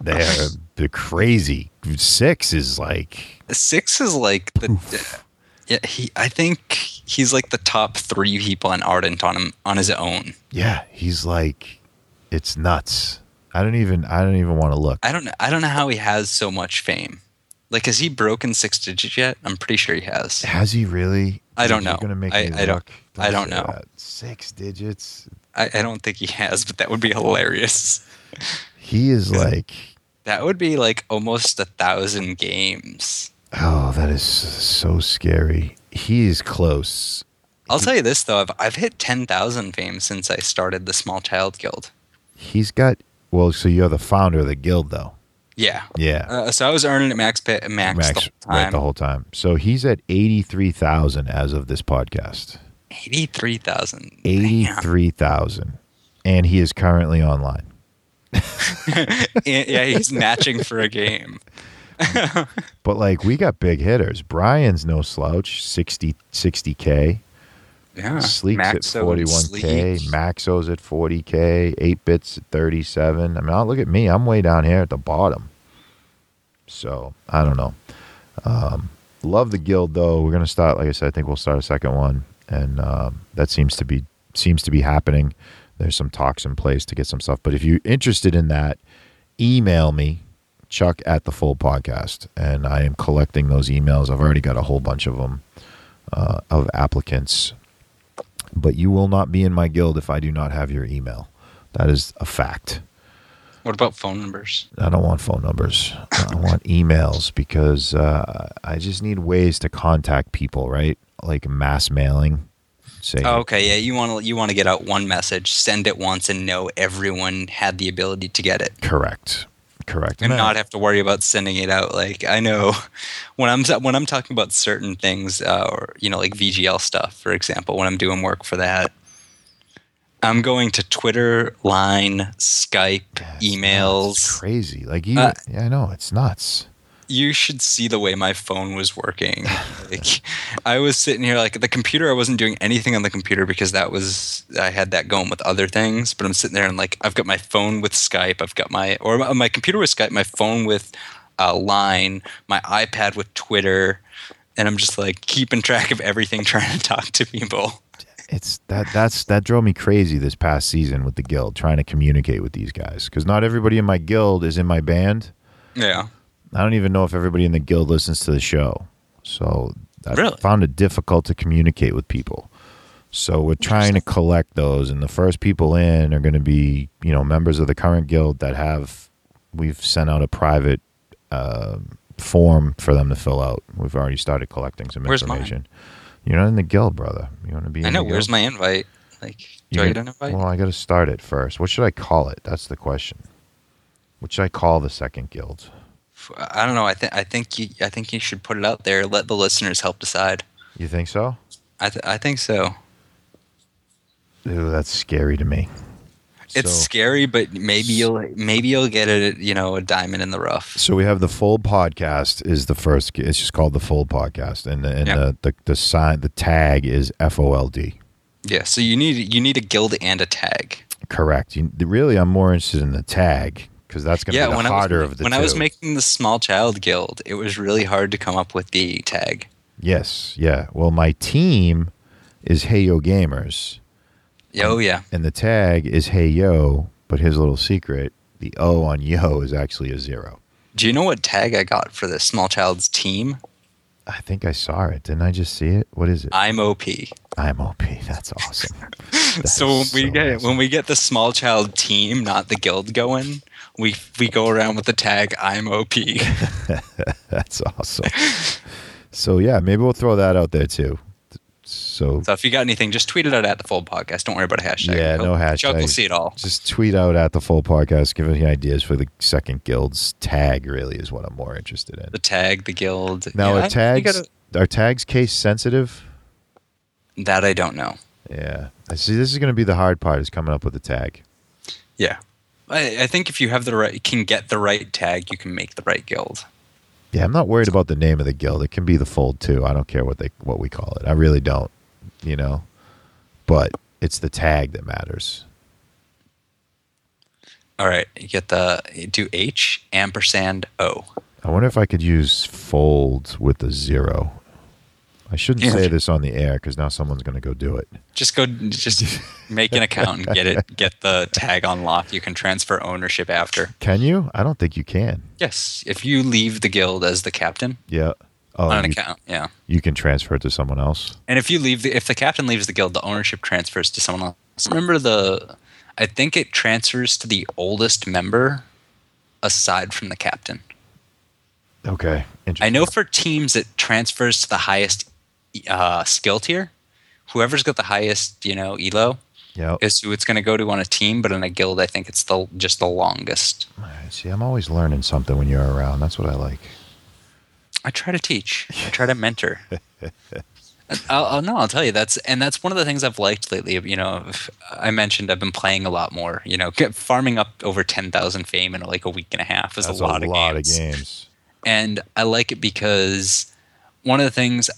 Speaker 1: they're they're crazy. Six is like
Speaker 2: Six is like the. Yeah, he. I think he's like the top three people in Ardent on him on his own.
Speaker 1: yeah, he's like it's nuts. I don't even I don't even want to look.
Speaker 2: I don't. know- I don't know how he has so much fame. Like, has he broken six digits yet? I'm pretty sure he has.
Speaker 1: Has he really?
Speaker 2: I don't
Speaker 1: You're
Speaker 2: know.
Speaker 1: Gonna make
Speaker 2: I-
Speaker 1: me
Speaker 2: I don't-
Speaker 1: look.
Speaker 2: I don't
Speaker 1: say
Speaker 2: know.
Speaker 1: that. Six digits.
Speaker 2: I, I don't think he has, but that would be hilarious.
Speaker 1: He is like,
Speaker 2: That would be like almost a thousand games.
Speaker 1: oh, that is so scary. He is close. Mhm.
Speaker 2: I'll tell you this though, I've, I've hit ten thousand fame since I started the Small Child Guild.
Speaker 1: He's got. Well, so you're the founder of the guild, though.
Speaker 2: Yeah.
Speaker 1: Yeah.
Speaker 2: Uh, so I was earning at max pay, max, the whole
Speaker 1: right
Speaker 2: time.
Speaker 1: the whole time. So he's at 83,000 as of this podcast.
Speaker 2: Eighty three thousand.
Speaker 1: 83,000. And he is currently online.
Speaker 2: yeah, he's matching for a game.
Speaker 1: But like we got big hitters. Brian's no slouch, 60 60k.
Speaker 2: Yeah.
Speaker 1: Sleek's
Speaker 2: Maxo
Speaker 1: at
Speaker 2: and
Speaker 1: 41k,
Speaker 2: Sleek.
Speaker 1: Maxo's at 40k, 8 bits at 37. I mean, I'll look at me. I'm way down here at the bottom. So, I don't know. Um, love the guild though. We're going to start like I said, I think we'll start a second one and um, that seems to be seems to be happening. There's some talks in place to get some stuff, but if you're interested in that, email me chuck at the full podcast and i am collecting those emails i've already got a whole bunch of them uh, of applicants but you will not be in my guild if i do not have your email that is a fact
Speaker 2: What about phone numbers?
Speaker 1: i don't want phone numbers i want emails because uh, i just need ways to contact people right like mass mailing say
Speaker 2: Oh, okay, yeah, you want to you want to get out one message, send it once, and know everyone had the ability to get it.
Speaker 1: correct correct
Speaker 2: and
Speaker 1: I-
Speaker 2: not have to worry about sending it out. Like I know when I'm when I'm talking about certain things, uh, or you know, like VGL stuff, for example, when I'm doing work for that, I'm going to Twitter, Line, Skype,
Speaker 1: Yeah, it's nuts.
Speaker 2: emails.
Speaker 1: crazy like you
Speaker 2: Uh,
Speaker 1: yeah i know it's nuts
Speaker 2: You should see the way my phone was working. like I was sitting here, like the computer. I wasn't doing anything on the computer because that was I had that going with other things. But I'm sitting there and like I've got my phone with Skype. I've got my or my, my computer with Skype. My phone with uh, Line. My iPad with Twitter. And I'm just like keeping track of everything, trying to talk to people.
Speaker 1: it's that that's that drove me crazy this past season with the guild trying to communicate with these guys because not everybody in my guild is in my band
Speaker 2: Yeah.
Speaker 1: i don't even know if everybody in the guild listens to the show so i
Speaker 2: Really?
Speaker 1: found it difficult to communicate with people so we're trying to collect those and the first people in are going to be you know members of the current guild that have we've sent out a private uh, form for them to fill out we've already started collecting some
Speaker 2: Where's mine?
Speaker 1: information you're not in the guild brother you want to be in
Speaker 2: I know.
Speaker 1: the guild?
Speaker 2: Where's my invite? Like, do
Speaker 1: You
Speaker 2: I
Speaker 1: get-
Speaker 2: get an invite?
Speaker 1: Well, I got to start it first. What should I call it? That's the question. What should I call the second guild?
Speaker 2: I don't know. I think I think you I think you should put it out there. Let the listeners help decide.
Speaker 1: You think so?
Speaker 2: I th- I think so.
Speaker 1: Ooh, that's scary to me.
Speaker 2: It's
Speaker 1: so,
Speaker 2: scary, but maybe you'll maybe you'll get it. You know, a diamond in the rough.
Speaker 1: so we have the full podcast is the first. gu- It's just called the full podcast, and the, and
Speaker 2: Yeah.
Speaker 1: the, the the sign the tag is F O L D.
Speaker 2: Yeah. So you need you need a guild and a tag.
Speaker 1: Correct. You, really, I'm more interested in the tag because that's going to
Speaker 2: yeah.
Speaker 1: be the
Speaker 2: When I was
Speaker 1: harder of the
Speaker 2: when
Speaker 1: two.
Speaker 2: I was making the small child guild, it was really hard to come up with the tag.
Speaker 1: yes, yeah. Well, my team is Hey Yo Gamers.
Speaker 2: Yeah, Oh yeah.
Speaker 1: and the tag is hey yo but here's a little secret the o on yo is actually a zero
Speaker 2: Do you know what tag I got for the small child's team?
Speaker 1: i think i saw it didn't i just see it what is it
Speaker 2: I'm OP.
Speaker 1: i'm op that's awesome That
Speaker 2: so when
Speaker 1: is
Speaker 2: we
Speaker 1: so
Speaker 2: get
Speaker 1: awesome.
Speaker 2: when we get the small child team, not the guild going, we we go around with the tag I'm OP.
Speaker 1: that's awesome so yeah maybe we'll throw that out there too so
Speaker 2: so if you got anything, just tweet it out at the full podcast. Don't worry about a hashtag.
Speaker 1: Yeah, no
Speaker 2: Chuck will
Speaker 1: hashtags.
Speaker 2: see it all.
Speaker 1: just tweet out at the full podcast give any ideas for the second guild's tag really is what i'm more interested in
Speaker 2: the tag, the guild.
Speaker 1: now
Speaker 2: Yeah, I-
Speaker 1: are
Speaker 2: you
Speaker 1: tags
Speaker 2: gotta-
Speaker 1: are tags case sensitive
Speaker 2: that I don't know.
Speaker 1: yeah i see this is going to be the hard part is coming up with a tag
Speaker 2: Yeah. I, I think if you have the right, can get the right tag, you can make the right guild.
Speaker 1: Yeah, I'm not worried about the name of the guild. It can be the fold too. I don't care what they what we call it. I really don't, you know. But it's the tag that matters.
Speaker 2: All right, you get the do H ampersand O.
Speaker 1: I wonder if I could use fold with the zero. I shouldn't
Speaker 2: Yeah.
Speaker 1: say this on the air because now someone's going to go do it.
Speaker 2: Just go, just make an account and get it, get the tag unlocked. You can transfer ownership after.
Speaker 1: Can you? I don't think you can.
Speaker 2: Yes, if you leave the guild as the captain
Speaker 1: Yeah. Oh,
Speaker 2: on an
Speaker 1: you,
Speaker 2: account, yeah.
Speaker 1: you can transfer it to someone else.
Speaker 2: And if you leave, the, if the captain leaves the guild, the ownership transfers to someone else. Remember the, I think it transfers to the oldest member, aside from the captain.
Speaker 1: Okay.
Speaker 2: I
Speaker 1: Interesting.
Speaker 2: know for teams it transfers to the highest uh, skill tier. Whoever's got the highest, you know, elo
Speaker 1: Yeah.
Speaker 2: is who it's going to go to on a team. But in a guild, I think it's the just the longest.
Speaker 1: See, I'm always learning something when you're around. That's what I like.
Speaker 2: I try to teach. I try to mentor. And I'll, I'll, no, I'll tell you that's and that's one of the things I've liked lately. You know, if- I mentioned I've been playing a lot more. You know, get- farming up over ten thousand fame in like a week and a half is
Speaker 1: That's
Speaker 2: a lot,
Speaker 1: lot of games.
Speaker 2: and I like it because one of the things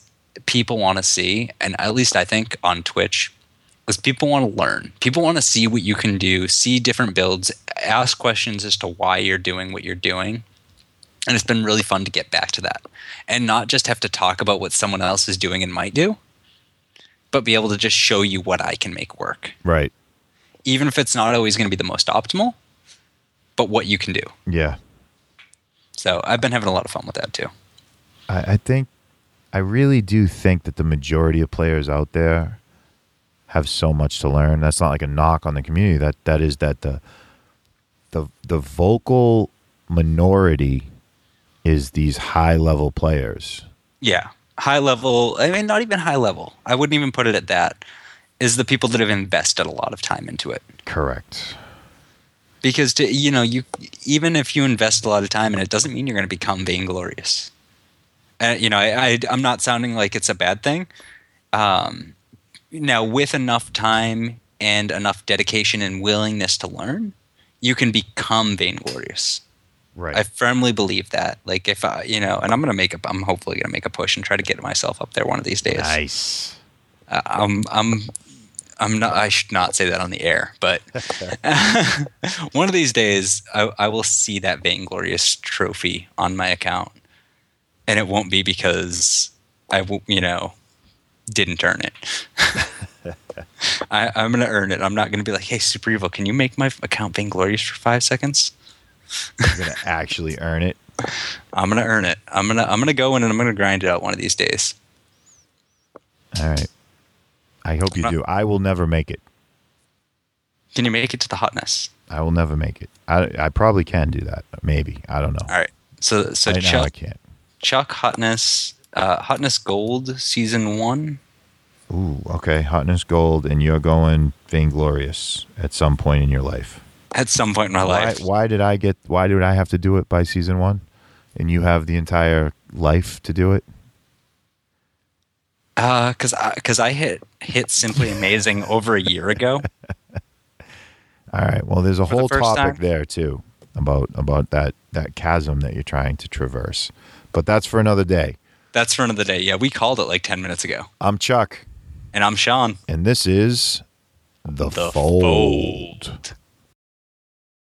Speaker 2: people want to see, and at least I think on Twitch, is people want to learn. People want to see what you can do, see different builds, ask questions as to why you're doing what you're doing. And it's been really fun to get back to that and not just have to talk about what someone else is doing and might do, but be able to just show you what I can make work,
Speaker 1: Right.
Speaker 2: even if it's not always going to be the most optimal, but what you can do.
Speaker 1: Yeah.
Speaker 2: So I've been having a lot of fun with that too.
Speaker 1: I, I think I really do think that the majority of players out there have so much to learn. That's not like a knock on the community. That that is that the the the vocal minority is these high level players.
Speaker 2: yeah high level i mean not even high level i wouldn't even put it at that is the people that have invested a lot of time into it
Speaker 1: Correct.
Speaker 2: because to, you know you even if you invest a lot of time in it doesn't mean you're going to become vainglorious uh, you know I, I i'm not sounding like it's a bad thing um now with enough time and enough dedication and willingness to learn you can become vainglorious
Speaker 1: Right.
Speaker 2: I firmly believe that. Like if I, you know, and I'm gonna make a, I'm hopefully gonna make a push and try to get myself up there one of these days.
Speaker 1: nice.
Speaker 2: Uh, I'm I'm I'm not I should not say that on the air, but one of these days I, I will see that vainglorious trophy on my account, and it won't be because I wo- you know didn't earn it. I, I'm gonna earn it. I'm not gonna be like, hey, Super Evil, can you make my account vainglorious for five seconds?
Speaker 1: You're gonna actually earn it.
Speaker 2: I'm gonna earn it. I'm gonna I'm gonna go in and I'm gonna grind it out one of these days.
Speaker 1: All right. I hope you do. I will never make it.
Speaker 2: Can you make it to the hotness?
Speaker 1: I will never make it. I, I probably can do that. Maybe. I don't know.
Speaker 2: All right. So so
Speaker 1: right now I
Speaker 2: Chuck
Speaker 1: can't.
Speaker 2: Chuck Hotness uh, Hotness Gold season one.
Speaker 1: Ooh, okay. Hotness Gold, and you're going Vainglorious at some point in your life.
Speaker 2: At some point in my
Speaker 1: Why,
Speaker 2: life,
Speaker 1: why did I get? Why did I have to do it by season one? And you have the entire life to do it.
Speaker 2: because because Uh, I hit hit simply amazing over a year ago.
Speaker 1: All right. Well, there's a
Speaker 2: the
Speaker 1: whole
Speaker 2: first
Speaker 1: topic
Speaker 2: time?
Speaker 1: there too about about that that chasm that you're trying to traverse. But that's for another day.
Speaker 2: That's for another day. Yeah, we called it like ten minutes ago.
Speaker 1: I'm Chuck,
Speaker 2: And I'm Sean.
Speaker 1: and this is the,
Speaker 2: The
Speaker 1: fold.
Speaker 2: Fold.